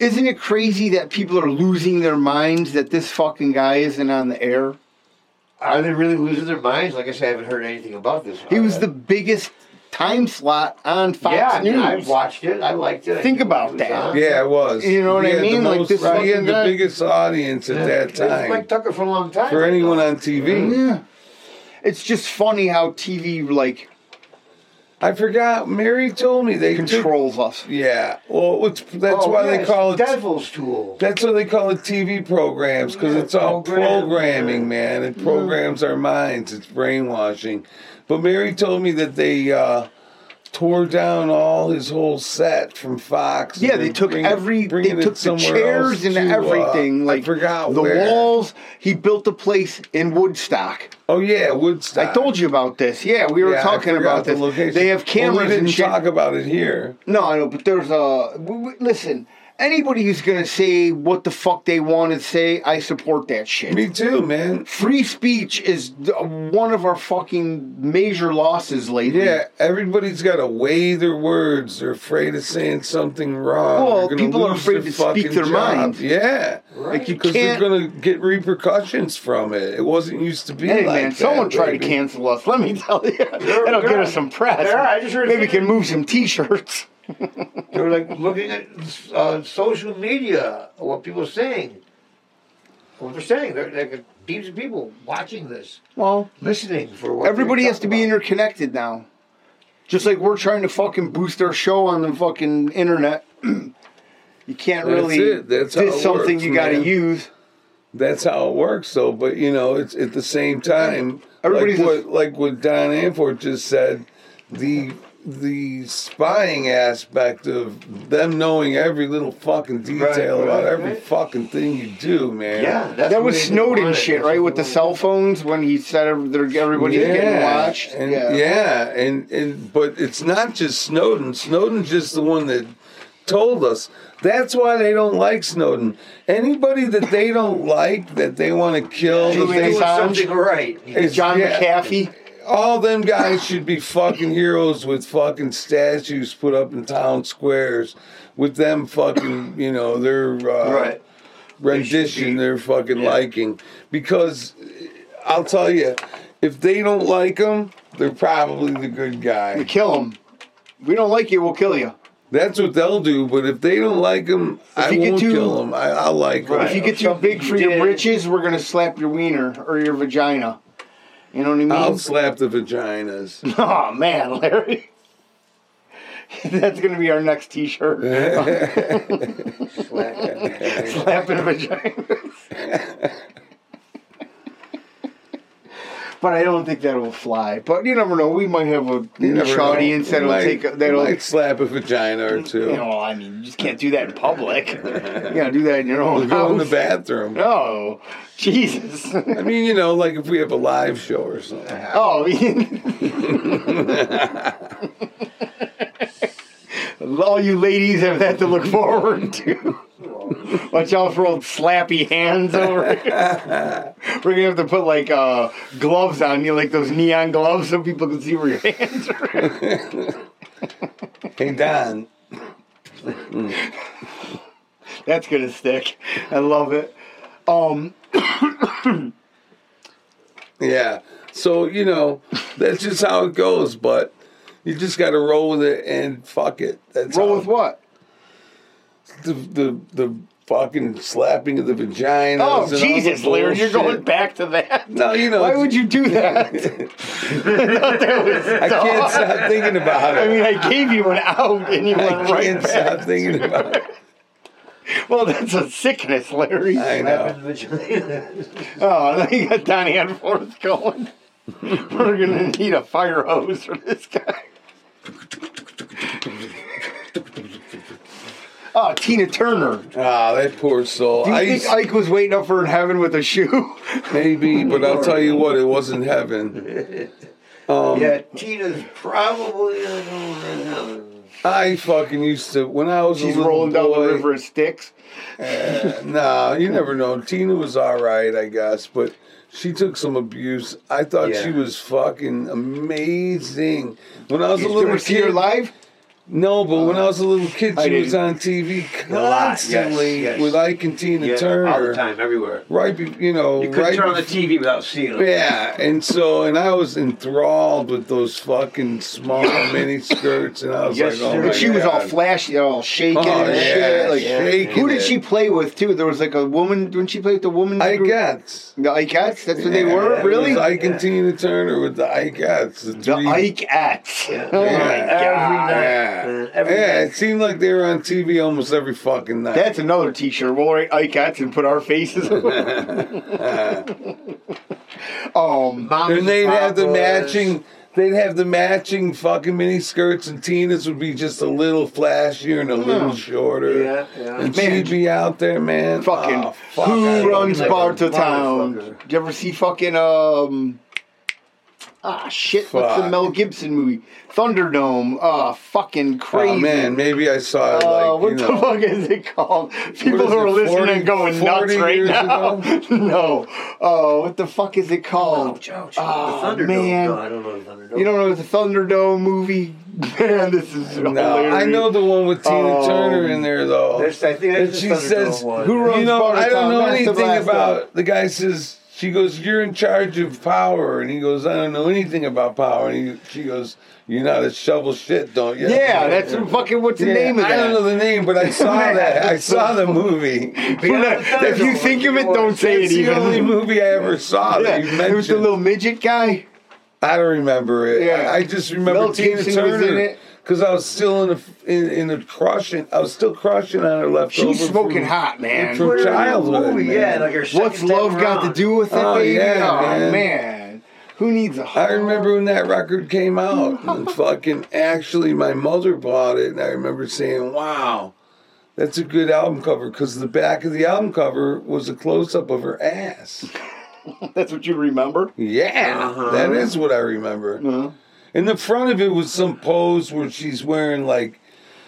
Speaker 2: isn't it crazy that people are losing their minds that this fucking guy isn't on the air?
Speaker 3: Are they really losing their minds? Like I said, I haven't heard anything about this. Uh,
Speaker 2: He
Speaker 1: Uh,
Speaker 2: was the biggest time slot on Fox
Speaker 3: yeah, I mean,
Speaker 2: News.
Speaker 3: I've watched it. I liked it. I
Speaker 2: Think
Speaker 3: knew
Speaker 2: about
Speaker 3: it was
Speaker 2: that.
Speaker 3: on.
Speaker 1: Yeah, it was.
Speaker 2: You know what
Speaker 1: He
Speaker 2: I
Speaker 1: had the
Speaker 2: mean? Like,
Speaker 1: most-
Speaker 2: this
Speaker 1: he had
Speaker 2: fucking
Speaker 1: the
Speaker 2: guy-
Speaker 1: biggest audience at that
Speaker 3: It was
Speaker 1: time
Speaker 3: Mike Tucker for a long time.
Speaker 1: for
Speaker 3: I
Speaker 1: anyone
Speaker 3: thought.
Speaker 1: on TV.
Speaker 2: yeah. It's just funny how TV like
Speaker 1: I forgot. Mary told me they took
Speaker 2: controls us.
Speaker 1: Yeah. Well, it's, that's
Speaker 3: Oh,
Speaker 1: why they
Speaker 3: yes,
Speaker 1: call it.
Speaker 3: Devil's Tool.
Speaker 1: That's why they call it TV programs because it's all
Speaker 3: Program.
Speaker 1: programming, man. It programs our minds. It's brainwashing. But Mary told me that they uh, tore down all his whole set from Fox.
Speaker 2: Yeah,
Speaker 1: and
Speaker 2: they
Speaker 1: they're
Speaker 2: took
Speaker 1: bringing-
Speaker 2: every they
Speaker 1: bringing it
Speaker 2: took the
Speaker 1: somewhere else
Speaker 2: chairs and
Speaker 1: to, uh,
Speaker 2: everything like
Speaker 1: I forgot
Speaker 2: the
Speaker 1: where.
Speaker 2: walls. He built the place in Woodstock.
Speaker 1: Oh yeah, Woodstock.
Speaker 2: I told you about this. Yeah, we were
Speaker 1: Yeah, I
Speaker 2: talking
Speaker 1: forgot
Speaker 2: about
Speaker 1: the
Speaker 2: this.
Speaker 1: location.
Speaker 2: They have
Speaker 1: Well, we
Speaker 2: cameras
Speaker 1: didn't
Speaker 2: and shit.
Speaker 1: talk about it here.
Speaker 2: No, I know, but there's a. W- w- listen, anybody who's going to say what the fuck they want to say, I support that shit.
Speaker 1: Me too, man.
Speaker 2: Free speech is th- one of our fucking major losses lately.
Speaker 1: Yeah, everybody's got to weigh their words. They're afraid of saying something wrong.
Speaker 2: Well,
Speaker 1: They're gonna
Speaker 2: people are
Speaker 1: lose
Speaker 2: afraid to speak
Speaker 1: fucking
Speaker 2: their mind.
Speaker 1: Yeah,
Speaker 2: Like, you
Speaker 1: because they're
Speaker 2: can't-
Speaker 1: gonna get repercussions from it. It wasn't used to be
Speaker 2: Hey
Speaker 1: like
Speaker 2: man,
Speaker 1: that,
Speaker 2: someone tried to
Speaker 1: baby.
Speaker 2: cancel us. Let me (laughs) tell you, that'll get us some press.
Speaker 3: There, I just heard
Speaker 2: Maybe we can move some T-shirts.
Speaker 3: They were like looking at uh, social media, what people are saying, what they're saying. They're like teams of people watching this,
Speaker 2: Well,
Speaker 3: listening for what
Speaker 2: everybody
Speaker 3: they're
Speaker 2: has to be
Speaker 3: talking about.
Speaker 2: interconnected now. Just like we're trying to fucking boost our show on the fucking internet. (clears throat) you can't
Speaker 1: That's
Speaker 2: really
Speaker 1: it. That's how
Speaker 2: this
Speaker 1: it
Speaker 2: something
Speaker 1: works,
Speaker 2: you got to
Speaker 1: man.
Speaker 2: use.
Speaker 1: That's how it works, though. But you know, it's at the same time,
Speaker 2: Everybody's
Speaker 1: like
Speaker 2: a-
Speaker 1: what, like what Don Anfort just said. The the spying aspect of them knowing every little fucking detail
Speaker 3: Right,
Speaker 1: about
Speaker 3: right,
Speaker 1: every
Speaker 3: right.
Speaker 1: fucking thing you do, man.
Speaker 3: Yeah, that's
Speaker 2: That
Speaker 3: what
Speaker 2: was
Speaker 3: they
Speaker 2: Snowden
Speaker 3: wanted.
Speaker 2: shit,
Speaker 3: That's
Speaker 2: right?
Speaker 3: what
Speaker 2: With
Speaker 3: they
Speaker 2: the cell phones when he said every- they're- everybody's getting watched.
Speaker 1: And,
Speaker 2: yeah.
Speaker 1: and and but it's not just Snowden. Snowden's just the one that told us. That's why they don't like Snowden. Anybody that they don't like, that they want to kill,
Speaker 3: wanted.
Speaker 1: that
Speaker 2: Julian
Speaker 3: He's doing
Speaker 1: they,
Speaker 2: Assange.
Speaker 3: something right.
Speaker 1: is-
Speaker 2: John
Speaker 1: yeah,
Speaker 2: McAfee.
Speaker 1: All them guys should be fucking heroes with fucking statues put up in town squares, with them fucking you know their uh,
Speaker 3: Right.
Speaker 1: rendition their fucking liking because eh, I'll tell you if they don't like him they're probably the good guy
Speaker 2: Kill him. We don't like you, we'll kill you.
Speaker 1: That's what they'll do. But if they don't like him, I
Speaker 2: you get
Speaker 1: won't
Speaker 2: too-
Speaker 1: kill him. I, I like him.
Speaker 2: If you get too
Speaker 3: Something
Speaker 2: big
Speaker 3: you
Speaker 2: for your
Speaker 3: did.
Speaker 2: britches, we're gonna slap your wiener or your vagina. You know what I mean? (laughs)
Speaker 1: I'll slap the vaginas.
Speaker 2: Oh man, Larry. (laughs) That's gonna be our
Speaker 1: (laughs)
Speaker 2: next T-shirt. Slapping vaginas. but I don't think that will fly. But you never know. We might have a
Speaker 1: You never
Speaker 2: niche
Speaker 1: know.
Speaker 2: audience that'll
Speaker 1: Might-
Speaker 2: take. That'll.
Speaker 1: might slap a vagina or two.
Speaker 2: You know, I mean, you just can't do that in public. you gotta do that in your
Speaker 1: We'll
Speaker 2: own
Speaker 1: go in the
Speaker 2: house.
Speaker 1: bathroom.
Speaker 2: No, Jesus.
Speaker 1: I mean, you know, like if we have a live show or something.
Speaker 2: Oh, (laughs) yeah. all you ladies have that to look forward to. Watch out for old slappy hands over. here. We're gonna have to put like uh, gloves on you, like those neon gloves, so people can see where your (laughs) hands are.
Speaker 1: Hey Don,
Speaker 2: That's gonna stick. I love it. Um,
Speaker 1: Yeah. So, you know, that's just how it goes, but you just got to roll with it and fuck it. That's
Speaker 2: roll
Speaker 1: how-
Speaker 2: with what?
Speaker 1: The, the, the fucking slapping of the vagina.
Speaker 2: Oh Jesus, Larry, you're going back to that.
Speaker 1: No, you know,
Speaker 2: Why would you do that?
Speaker 1: I can't stop thinking about it.
Speaker 2: (laughs) I mean, I gave you an out, and you
Speaker 1: I
Speaker 2: went right
Speaker 1: can't
Speaker 2: back.
Speaker 1: stop thinking
Speaker 2: (laughs)
Speaker 1: about it.
Speaker 2: Well, that's a sickness, Larry.
Speaker 1: I know.
Speaker 3: (laughs)
Speaker 2: Oh, (laughs) now you got Donnie Edwards (laughs) going. We're gonna need a fire hose for this guy. Oh, Tina Turner. Do
Speaker 1: Ah, that poor soul.
Speaker 2: you
Speaker 1: I
Speaker 2: think Ike was waiting up for her in heaven with a shoe? (laughs)
Speaker 1: maybe, but I'll tell you what, it wasn't heaven. Um,
Speaker 3: Yeah, Tina's probably not going to heaven.
Speaker 1: I fucking used to when I was
Speaker 2: She's
Speaker 1: a little
Speaker 2: rolling down
Speaker 1: boy,
Speaker 2: the river of sticks.
Speaker 1: Nah, you never know. Tina was all right, I guess, but she took some abuse. I thought
Speaker 3: Yeah.
Speaker 1: she was fucking amazing when I was
Speaker 2: Did
Speaker 1: a
Speaker 2: you
Speaker 1: little
Speaker 2: ever see her
Speaker 1: kid.
Speaker 2: live?
Speaker 1: no, but when I was a little kid,
Speaker 2: I
Speaker 1: she was
Speaker 2: didn't.
Speaker 1: on TV
Speaker 3: A lot, yes,
Speaker 1: constantly
Speaker 3: yes.
Speaker 1: with Ike and Tina
Speaker 3: Yeah,
Speaker 1: Turner.
Speaker 3: all the time, everywhere.
Speaker 1: Right, be, you know,
Speaker 3: You couldn't
Speaker 1: right.
Speaker 3: turn on the
Speaker 1: bef-
Speaker 3: TV without seeing them.
Speaker 1: yeah, and so and I was enthralled with those fucking
Speaker 3: (coughs)
Speaker 1: small mini skirts, and I was
Speaker 3: Yes,
Speaker 1: like, oh
Speaker 3: sir.
Speaker 1: my
Speaker 2: But she was all
Speaker 1: God.
Speaker 2: flashy, all shaking
Speaker 1: Oh,
Speaker 2: and
Speaker 1: yeah,
Speaker 2: shit. Like,
Speaker 1: shaking
Speaker 2: who did
Speaker 1: it.
Speaker 2: she play with too? There was like a woman. Didn't she play with the woman?
Speaker 1: I guess.
Speaker 2: the Ikeettes. That's what they
Speaker 1: Yeah,
Speaker 2: were.
Speaker 1: it
Speaker 2: Really?
Speaker 1: was Ike
Speaker 3: Yeah.
Speaker 1: and Tina Turner with the Ikeettes. The,
Speaker 2: The
Speaker 1: three-
Speaker 2: Ike X.
Speaker 3: Yeah.
Speaker 2: Oh my
Speaker 1: Yeah.
Speaker 3: Every
Speaker 2: god.
Speaker 3: night.
Speaker 1: Yeah.
Speaker 3: man, every
Speaker 1: yeah,
Speaker 3: night.
Speaker 1: it seemed like they were on TV almost every fucking night.
Speaker 2: (laughs) That's another t shirt. We'll write Ike X and put our faces on it.
Speaker 1: (laughs)
Speaker 2: (laughs) um,
Speaker 3: Mama's
Speaker 1: and they'd have the
Speaker 3: Papa's.
Speaker 1: matching. They'd have the matching fucking mini skirts, and Tina's would be just a little flashier and a little shorter.
Speaker 3: Yeah, yeah.
Speaker 1: And
Speaker 2: Hmm. Man.
Speaker 1: she'd be out there, man.
Speaker 2: fucking
Speaker 1: Oh, fuck, I
Speaker 2: Who
Speaker 1: love
Speaker 2: Runs
Speaker 1: that.
Speaker 3: like
Speaker 2: Bar
Speaker 3: a
Speaker 2: to Town? Did
Speaker 3: motherfucker.
Speaker 2: you ever see fucking, um, ah, shit, what's the
Speaker 1: Fuck.
Speaker 2: Mel Gibson movie? Thunderdome. Ah, fucking crazy.
Speaker 1: Oh man, maybe I saw it. Like,
Speaker 2: Uh, what
Speaker 1: you
Speaker 2: the
Speaker 1: know,
Speaker 2: fuck is it called? People
Speaker 1: is
Speaker 2: who
Speaker 1: it,
Speaker 2: are listening
Speaker 1: 40
Speaker 2: and going
Speaker 1: 40
Speaker 2: nuts right
Speaker 1: years
Speaker 2: now. (laughs) no. Oh, what the fuck is it called?
Speaker 3: Ouch, ouch.
Speaker 2: Oh,
Speaker 3: the Thunderdome.
Speaker 2: man.
Speaker 3: No, I don't know the Thunderdome.
Speaker 2: You don't know the Thunderdome movie? (laughs) Man, this is
Speaker 1: No,
Speaker 2: hilarious.
Speaker 1: I know the one with Tina
Speaker 2: Oh.
Speaker 1: Turner in there though.
Speaker 3: That's- I think
Speaker 1: And
Speaker 3: that's
Speaker 1: she
Speaker 3: the Thunderdome
Speaker 1: says,
Speaker 3: one.
Speaker 2: Who runs
Speaker 1: you know,
Speaker 2: Barter
Speaker 1: I don't
Speaker 2: Town?
Speaker 1: know
Speaker 2: That's the
Speaker 1: anything
Speaker 2: last
Speaker 1: about
Speaker 2: one.
Speaker 1: the guy says she goes, You're in charge of power and he goes, I don't know anything about power and he, she goes, You're not a shovel shit, don't you?
Speaker 2: Yeah, that's the fucking what's the
Speaker 1: Yeah,
Speaker 2: name of
Speaker 1: I don't know
Speaker 2: that?
Speaker 1: the name,
Speaker 2: (laughs)
Speaker 1: but I saw that. I saw the movie.
Speaker 2: But no, (laughs) if you think of it, don't say
Speaker 1: It's
Speaker 2: it
Speaker 1: the
Speaker 2: even.
Speaker 1: only movie I ever saw
Speaker 2: (laughs) yeah,
Speaker 1: that you
Speaker 2: it was the
Speaker 1: mentioned.
Speaker 2: little midget guy.
Speaker 1: I don't remember it.
Speaker 2: Yeah.
Speaker 1: I, I just remember
Speaker 2: Mel
Speaker 1: Tina
Speaker 2: Gibson
Speaker 1: Turner
Speaker 2: was in it.
Speaker 1: because I was still in a in, in a crushing. I was still crushing on her left.
Speaker 2: She's
Speaker 1: over
Speaker 2: smoking
Speaker 1: from-
Speaker 2: hot, man.
Speaker 1: from-
Speaker 3: Put her in a
Speaker 1: childhood,
Speaker 3: movie,
Speaker 1: man.
Speaker 3: Yeah, like her second
Speaker 2: What's love
Speaker 3: time
Speaker 2: got to
Speaker 3: around.
Speaker 2: do with it,
Speaker 1: Oh,
Speaker 2: baby?
Speaker 1: yeah,
Speaker 2: oh,
Speaker 1: man.
Speaker 2: man. Who needs a
Speaker 1: I remember when that record came
Speaker 3: (laughs)
Speaker 1: out. And fucking, actually, my mother bought it, and I remember saying, "Wow, that's a good album cover." Because the back of the album cover was a close up of her ass.
Speaker 2: That's what you remember?
Speaker 1: Yeah,
Speaker 3: Uh-huh.
Speaker 1: that is what I remember.
Speaker 2: Uh-huh.
Speaker 1: And the front of it was some pose where she's wearing like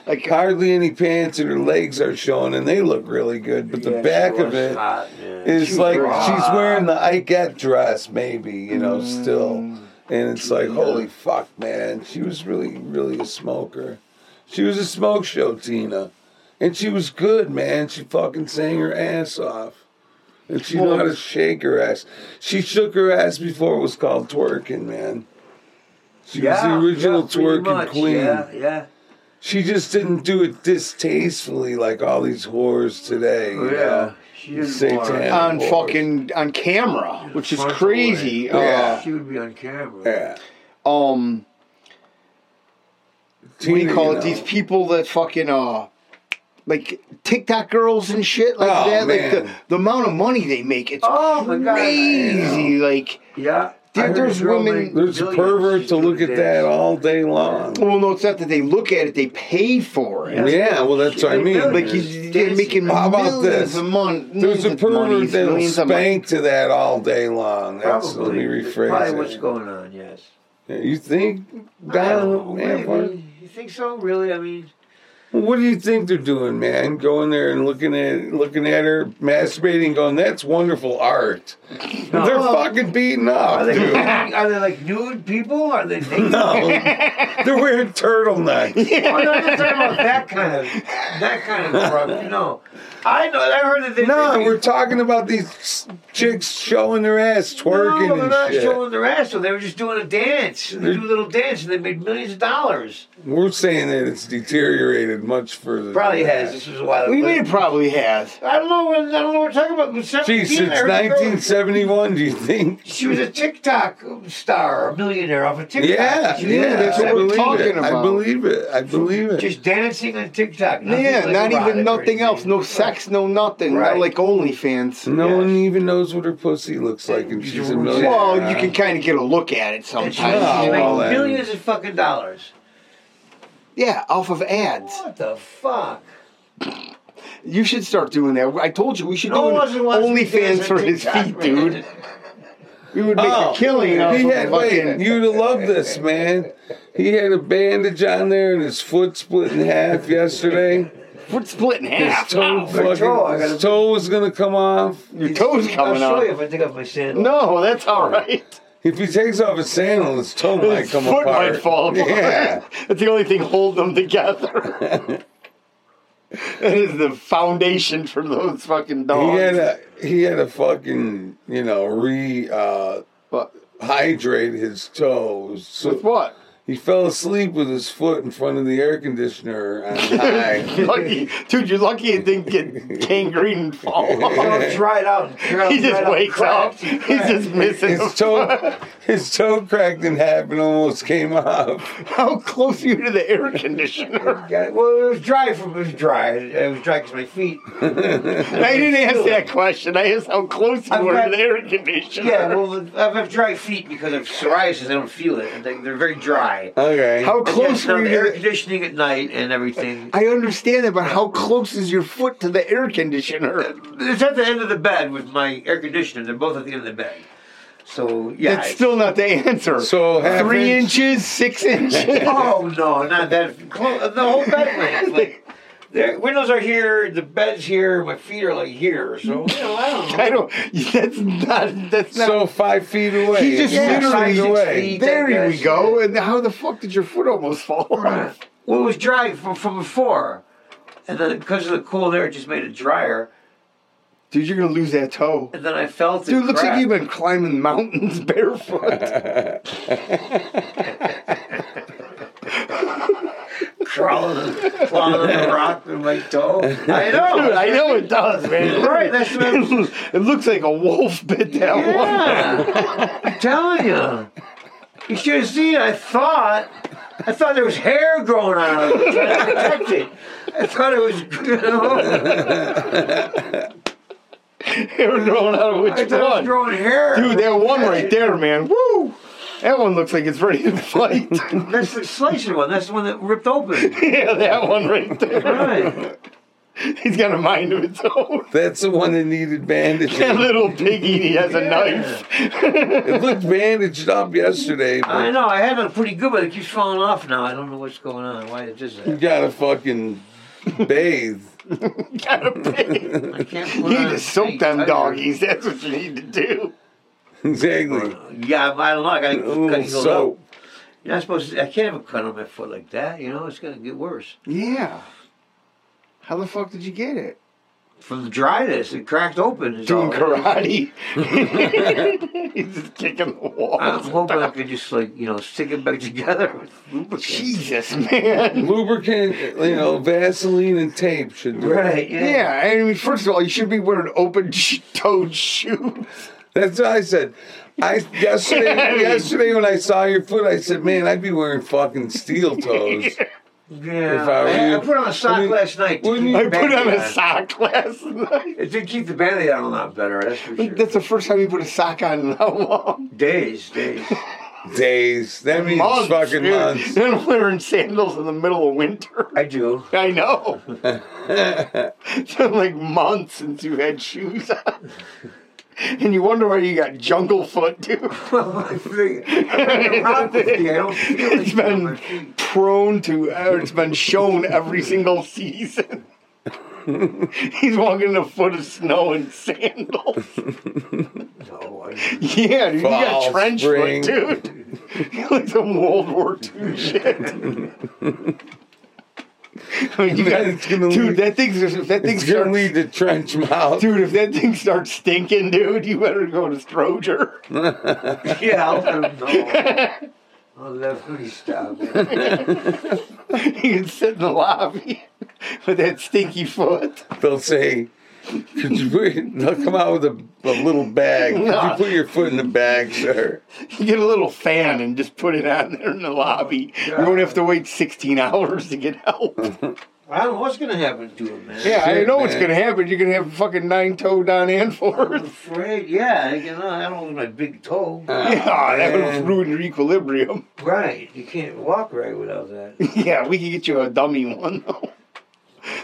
Speaker 2: Like,
Speaker 1: hardly any pants and her legs are showing and they look really good but the
Speaker 3: Yeah, she
Speaker 1: back of
Speaker 3: was
Speaker 1: it is
Speaker 3: hot, man.
Speaker 1: like
Speaker 2: very
Speaker 1: she's
Speaker 3: hot.
Speaker 1: wearing the i get dress maybe you know
Speaker 2: Mm.
Speaker 1: still and it's like holy fuck man she was really really a smoker she was a smoke show tina and she was good man she fucking sang her ass off and she knew how to shake her ass she shook her ass before it was called twerking man she was the original
Speaker 3: pretty
Speaker 1: twerking
Speaker 3: much,
Speaker 1: queen
Speaker 3: Yeah, yeah.
Speaker 1: She just didn't do it distastefully like all these whores today.
Speaker 2: Oh,
Speaker 1: you know?
Speaker 3: Oh, She didn't
Speaker 1: Satan.
Speaker 3: want
Speaker 2: on
Speaker 1: Lord.
Speaker 2: fucking on camera, which is
Speaker 3: Front
Speaker 2: crazy.
Speaker 3: away.
Speaker 1: Yeah.
Speaker 3: She would be on camera.
Speaker 1: Oh. Yeah.
Speaker 2: Uh, um,
Speaker 1: Tina,
Speaker 2: what do you call it?
Speaker 1: know.
Speaker 2: These people that fucking uh, like TikTok girls and shit like
Speaker 1: Oh,
Speaker 2: that. Like the,
Speaker 1: man.
Speaker 2: the amount of money they make, it's
Speaker 3: Oh my god.
Speaker 2: crazy. Like,
Speaker 3: Yeah.
Speaker 2: Dude,
Speaker 3: I heard
Speaker 2: there's
Speaker 3: a girl
Speaker 2: women-
Speaker 3: made
Speaker 1: There's
Speaker 3: millions
Speaker 1: perverts to
Speaker 3: doing
Speaker 1: look at
Speaker 3: this.
Speaker 1: that all day long.
Speaker 2: well, no, it's not that they look at it; they pay for it.
Speaker 1: Yeah, well, that's what I mean.
Speaker 2: Like you, they're making
Speaker 1: How about
Speaker 2: millions
Speaker 1: this?
Speaker 2: a month.
Speaker 1: There's a
Speaker 2: millions of monies,
Speaker 1: pervert that'll
Speaker 2: millions of mon-
Speaker 1: spank to that all day long. That's
Speaker 3: Probably.
Speaker 1: let me
Speaker 3: That's Probably
Speaker 1: rephrase
Speaker 3: what's
Speaker 1: it.
Speaker 3: going on, yes.
Speaker 1: Yeah, You think?
Speaker 3: I don't know,
Speaker 1: Donald, man, what-
Speaker 3: maybe. You think so? Really? I mean,
Speaker 1: what do you think they're doing, man? Going there and looking at looking at her, masturbating, going, "That's wonderful art." They're fucking beaten
Speaker 3: are
Speaker 1: up,
Speaker 3: they,
Speaker 1: dude.
Speaker 3: (laughs) are they like nude people? Are they
Speaker 1: (laughs)
Speaker 3: naked?
Speaker 1: No, they're wearing
Speaker 3: (laughs)
Speaker 1: turtlenecks.
Speaker 3: I'm not talking about that kind of that kind of crap. You know, I know. I heard that they
Speaker 1: No,
Speaker 3: they-
Speaker 1: we're talking about these chicks showing their ass, twerking
Speaker 3: no, they're
Speaker 1: and
Speaker 3: not
Speaker 1: shit.
Speaker 3: showing their ass. So they were just doing a dance. They do a little dance, and they made millions of dollars.
Speaker 1: We're saying that it's deteriorated much further.
Speaker 3: Probably
Speaker 1: than
Speaker 3: has.
Speaker 1: that.
Speaker 3: This was a while ago.
Speaker 2: What do you mean? It probably has.
Speaker 3: I don't know. What, I don't know what we're talking about. It was
Speaker 1: Gee,
Speaker 3: 17,
Speaker 1: since
Speaker 3: I heard the girl-
Speaker 1: 1971, do you think?
Speaker 3: She was a TikTok star, a millionaire off of TikTok.
Speaker 1: Yeah,
Speaker 3: She was
Speaker 1: yeah, that's what
Speaker 2: I
Speaker 1: we're
Speaker 2: believe
Speaker 1: talking
Speaker 2: it.
Speaker 1: about. I believe it. I believe it.
Speaker 3: Just dancing on TikTok. nothing
Speaker 2: Yeah,
Speaker 3: like
Speaker 2: not
Speaker 3: erotic or
Speaker 2: even nothing
Speaker 3: anything.
Speaker 2: else. No sex, no nothing.
Speaker 3: Right.
Speaker 2: Not like OnlyFans.
Speaker 1: no
Speaker 3: yes.
Speaker 1: one even knows what her pussy looks like, and she's a millionaire.
Speaker 2: Well, you can kind of get a look at it
Speaker 3: And
Speaker 2: sometimes.
Speaker 3: she
Speaker 2: you
Speaker 1: Oh,
Speaker 3: was
Speaker 2: know?
Speaker 1: well,
Speaker 3: making
Speaker 1: then.
Speaker 3: millions of fucking dollars.
Speaker 2: Yeah, off of ads.
Speaker 3: What the fuck?
Speaker 2: You should start doing that. I told you we should
Speaker 3: No
Speaker 2: do
Speaker 3: one
Speaker 2: an OnlyFans for his feet, dude. We would make
Speaker 1: Oh,
Speaker 2: a killing off
Speaker 1: he
Speaker 2: of
Speaker 1: had, wait,
Speaker 2: fucking.
Speaker 1: you'd have loved this, man. He had a bandage on there and his foot split in half yesterday.
Speaker 2: We're split in
Speaker 1: His
Speaker 2: half.
Speaker 1: toe,
Speaker 2: Ow.
Speaker 1: fucking,
Speaker 3: toe, I gotta-
Speaker 1: his toe was going to come off.
Speaker 2: (laughs) Your toes
Speaker 3: I'll
Speaker 2: coming
Speaker 3: show you
Speaker 2: out.
Speaker 3: if I take off my sandals.
Speaker 2: No, that's all
Speaker 1: (laughs)
Speaker 2: right.
Speaker 1: If he takes off his sandal, his toe might
Speaker 2: His
Speaker 1: come
Speaker 2: foot
Speaker 1: apart.
Speaker 2: might fall apart.
Speaker 1: Yeah.
Speaker 2: (laughs) that's the only thing holding them together.
Speaker 1: (laughs)
Speaker 2: (laughs) That is the foundation for those fucking dogs.
Speaker 1: He had a he had a fucking you know re uh,
Speaker 2: But-
Speaker 1: hydrate his toes.
Speaker 2: with
Speaker 1: So
Speaker 2: what?
Speaker 1: he fell asleep with his foot in front of the air conditioner
Speaker 2: (laughs)
Speaker 1: on high.
Speaker 2: You're lucky, dude. You're lucky it didn't get gangrene and (laughs) fall.
Speaker 3: Oh,
Speaker 2: off.
Speaker 3: it's dried out.
Speaker 2: he just wakes up. He's just missing.
Speaker 1: His
Speaker 2: the-
Speaker 1: toe, his toe cracked in half and almost came off.
Speaker 2: How close are you to the air conditioner?
Speaker 3: Got it. Well, it was dry from it was dry. It was dry because my feet.
Speaker 2: (laughs) I didn't ask that question. I asked how close you
Speaker 3: I've
Speaker 2: were
Speaker 3: got-
Speaker 2: to the air conditioner.
Speaker 3: Yeah, well, I have dry feet because of psoriasis. I don't feel it. They- They're very dry.
Speaker 1: Okay.
Speaker 2: how close
Speaker 3: Yes, now
Speaker 2: were
Speaker 3: the
Speaker 2: you?
Speaker 3: air
Speaker 2: To the...
Speaker 3: conditioning at night and everything.
Speaker 2: I understand that, but how close is your foot to the air conditioner?
Speaker 3: Uh, It's at the end of the bed with my air conditioner. They're both at the end of the bed. So yeah.
Speaker 2: That's
Speaker 3: it's-
Speaker 2: still not the answer.
Speaker 1: so half
Speaker 2: Three
Speaker 1: inch-
Speaker 2: inches, six (laughs) inches.
Speaker 3: (laughs) Oh no, not that close. The whole
Speaker 2: (laughs)
Speaker 3: bed length. Like, the windows are here. The bed's here. My feet are like here. So you know, I don't know.
Speaker 2: I don't. That's not. That's not.
Speaker 1: So five feet away.
Speaker 2: He just
Speaker 1: Six
Speaker 2: literally-
Speaker 1: feet away.
Speaker 3: Six
Speaker 2: there we go. And how the fuck did your foot almost fall off?
Speaker 3: Well, it was dry from, from before, and then because of the cold air, it just made it drier.
Speaker 2: Dude, you're gonna lose that toe.
Speaker 3: And then I felt it.
Speaker 2: Dude, looks
Speaker 3: crack.
Speaker 2: like you've been climbing mountains (laughs) barefoot.
Speaker 3: (laughs) crawling, clawing on the rock with my toe. I
Speaker 2: Dude,
Speaker 3: know.
Speaker 2: I know it does, man.
Speaker 3: Right, that's what I'm-
Speaker 2: (laughs) it looks like a wolf bit that (laughs)
Speaker 3: Yeah. I'm telling you. You should have seen it. I thought. I thought there was hair growing on it. I was trying to protect it. I thought it was. (laughs) You know,
Speaker 2: one. Hair growing out of
Speaker 3: I
Speaker 2: which
Speaker 3: thought it was
Speaker 2: one?
Speaker 3: growing hair.
Speaker 2: Dude, that one right there, man. Woo! That one looks like it's ready to fight. (laughs)
Speaker 3: That's the slicer one. That's the one that ripped open.
Speaker 2: yeah, that one right there. (laughs)
Speaker 3: Right.
Speaker 2: He's got a mind of its own. (laughs)
Speaker 1: That's the one that needed
Speaker 2: That
Speaker 1: bandaging.
Speaker 2: little piggy, he has a knife. (laughs)
Speaker 1: it looked bandaged up yesterday, but
Speaker 3: I know. I had it pretty good, but it keeps falling off now. I don't know what's going on. Why it does
Speaker 1: you
Speaker 3: that?
Speaker 1: gotta fucking bathe. (laughs)
Speaker 2: got a pig.
Speaker 3: I
Speaker 2: (laughs)
Speaker 3: can't
Speaker 2: You
Speaker 3: put
Speaker 2: need
Speaker 3: on
Speaker 2: to
Speaker 3: a
Speaker 2: soak
Speaker 3: tight
Speaker 2: them
Speaker 3: tire.
Speaker 2: doggies. (laughs) That's what you need to do.
Speaker 1: Exactly.
Speaker 3: Yeah, I don't know. I
Speaker 1: A
Speaker 3: gotta cut
Speaker 1: little
Speaker 3: healed
Speaker 1: soap.
Speaker 3: up. You're not supposed to. I can't have a cut on my foot like that. You know, it's gonna get worse.
Speaker 2: Yeah. How the fuck did you get it?
Speaker 3: from the dryness. It cracked open. is
Speaker 2: Doing
Speaker 3: all.
Speaker 2: karate. (laughs) He's just kicking the wall.
Speaker 3: I was hoping I could just like you know stick it back together. (laughs) with lubricant.
Speaker 2: Jesus, man.
Speaker 1: Lubricant, you know, Vaseline and tape should do. it.
Speaker 3: Right. Yeah.
Speaker 2: Yeah, I mean, first of all, you should be wearing (laughs) open-toed shoes.
Speaker 1: That's what I said. I
Speaker 2: (laughs)
Speaker 1: yesterday, yesterday when I saw your foot, I said, "Man, I'd be wearing fucking
Speaker 2: (laughs)
Speaker 1: steel toes." If
Speaker 3: Yeah.
Speaker 1: I were
Speaker 3: I, I
Speaker 1: you-
Speaker 3: put on a sock
Speaker 1: I mean,
Speaker 3: last night. to
Speaker 1: wouldn't
Speaker 3: keep
Speaker 1: you-
Speaker 2: I
Speaker 3: the
Speaker 2: put on
Speaker 3: band-aid
Speaker 2: a sock last night.
Speaker 3: It did keep the band-aid on a lot better. That's for sure.
Speaker 2: That's the first time you put a sock on in how long?
Speaker 3: days,
Speaker 2: (laughs)
Speaker 3: days.
Speaker 1: Days. That means
Speaker 2: Months,
Speaker 1: fucking
Speaker 2: dude. (laughs)
Speaker 1: months.
Speaker 2: Then wearing sandals in the middle of winter. (laughs)
Speaker 3: I do. (laughs)
Speaker 1: (laughs)
Speaker 2: I know. it's been like months since you had shoes on. And you wonder why you got jungle foot, dude.
Speaker 3: I think- I'm not with you. I don't feel
Speaker 2: (laughs) It's
Speaker 3: anything on my
Speaker 2: been
Speaker 3: feet.
Speaker 2: prone to, or it's been shown every
Speaker 1: (laughs)
Speaker 2: single season. He's walking in a foot of snow and sandals.
Speaker 3: No, I-
Speaker 2: Yeah, dude, you
Speaker 1: Fall,
Speaker 2: got trench
Speaker 1: spring.
Speaker 2: foot, dude. You like some World War
Speaker 1: (laughs)
Speaker 2: II shit. I mean, you
Speaker 1: Man,
Speaker 2: got,
Speaker 1: it's gonna
Speaker 2: dude,
Speaker 1: lead-
Speaker 2: that thing's if that thing
Speaker 1: It's gonna
Speaker 2: starts,
Speaker 1: lead to trench mouth.
Speaker 2: dude, if that thing starts stinking, dude, you better go to Stroger. (laughs)
Speaker 3: (laughs) yeah, I'll let him know. I'll let Hootie stop. man.
Speaker 2: you can sit in the lobby (laughs) with that stinky foot.
Speaker 1: They'll say, "Could you put?" They'll come out with a, a little bag. Could you
Speaker 2: Nah.
Speaker 1: put your foot in the bag, sir?
Speaker 2: You get a little fan and just put it on there in the lobby. you won't have to wait 16 hours to get help.
Speaker 3: I don't know what's gonna happen to him, man.
Speaker 2: Yeah, I
Speaker 1: Oh, Shit,
Speaker 2: know what's
Speaker 1: man.
Speaker 2: gonna happen. You're gonna have fucking nine toe Don
Speaker 3: I'm
Speaker 2: (laughs) Anforth.
Speaker 3: afraid. Yeah, you know, I don't lose my big toe.
Speaker 2: Uh,
Speaker 1: Ah,
Speaker 2: Yeah, that
Speaker 1: man.
Speaker 2: would ruin your equilibrium. (laughs)
Speaker 3: Right, you can't walk right without (laughs) that.
Speaker 2: Yeah, we can get you a dummy one though.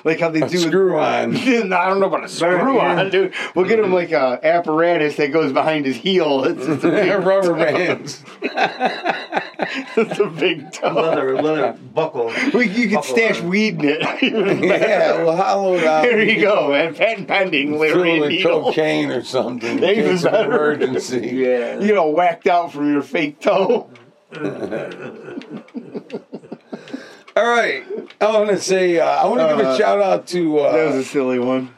Speaker 2: Like how they
Speaker 1: A
Speaker 2: do.
Speaker 1: screw on.
Speaker 2: (laughs) I don't know about a screw
Speaker 3: yeah.
Speaker 2: on, dude. We'll get him like a apparatus that goes behind his heel. (laughs) It's just
Speaker 1: (laughs)
Speaker 2: a big,
Speaker 1: Rubber
Speaker 2: (laughs)
Speaker 1: bands.
Speaker 2: it's a big toe.
Speaker 3: Leather, leather buckle.
Speaker 2: (laughs) We, you could
Speaker 3: Buckle
Speaker 2: stash
Speaker 3: on.
Speaker 2: weed in it. (laughs) Even
Speaker 1: Yeah,
Speaker 2: better.
Speaker 1: well, hollow it
Speaker 2: (laughs)
Speaker 1: out.
Speaker 2: There you go, man. Patent pending, Larry
Speaker 1: Through
Speaker 2: and
Speaker 1: with
Speaker 2: Needle.
Speaker 1: cocaine or something. in
Speaker 2: Even
Speaker 1: case of
Speaker 2: better.
Speaker 1: emergency.
Speaker 3: Yeah.
Speaker 2: You know, whacked out from your fake toe.
Speaker 1: All right. I want to say uh, I want to give a
Speaker 2: Uh,
Speaker 1: shout out to
Speaker 2: That was
Speaker 1: uh,
Speaker 2: a silly one.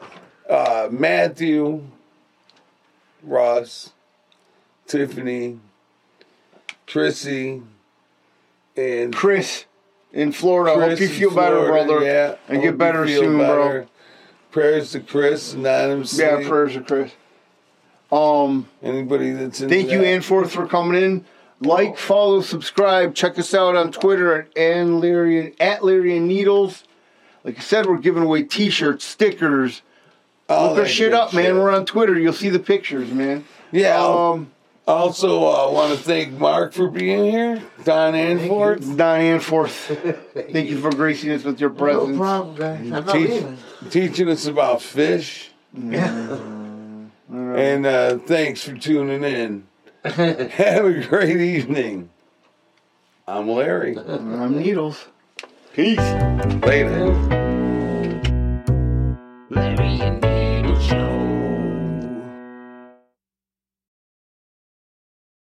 Speaker 1: uh, Matthew, Ross, Tiffany, Trissy, and
Speaker 2: Chris in Florida.
Speaker 1: Chris
Speaker 2: hope you
Speaker 1: in
Speaker 2: feel better,
Speaker 1: Florida.
Speaker 2: brother.
Speaker 1: Yeah,
Speaker 2: and
Speaker 1: hope
Speaker 2: get
Speaker 1: you
Speaker 2: better
Speaker 1: feel
Speaker 2: soon, bro.
Speaker 1: Prayers to Chris anonymously.
Speaker 2: Yeah, prayers to Chris. Um,
Speaker 1: Anybody that's in
Speaker 2: thank you,
Speaker 1: that.
Speaker 2: Anforth, for coming in. Like, follow, subscribe. Check us out on Twitter at and Larry at Larry and Needles. Like I said, we're giving away T-shirts, stickers.
Speaker 1: All
Speaker 2: Look our
Speaker 1: that
Speaker 2: shit
Speaker 1: good
Speaker 2: up, man. We're on Twitter. You'll see the pictures, man.
Speaker 1: Yeah.
Speaker 2: Um,
Speaker 1: also, uh, want to thank Mark for being here. Don
Speaker 2: Don
Speaker 1: Anford.
Speaker 2: (laughs) Anforth, thank you for gracing us with your presence.
Speaker 3: No problem, guys. I'm not
Speaker 1: Teach,
Speaker 3: leaving.
Speaker 1: teaching us about fish.
Speaker 3: Yeah.
Speaker 1: And uh, thanks for tuning in. Have a great evening. I'm Larry.
Speaker 2: I'm Needles.
Speaker 1: Peace. Later.
Speaker 3: Yeah.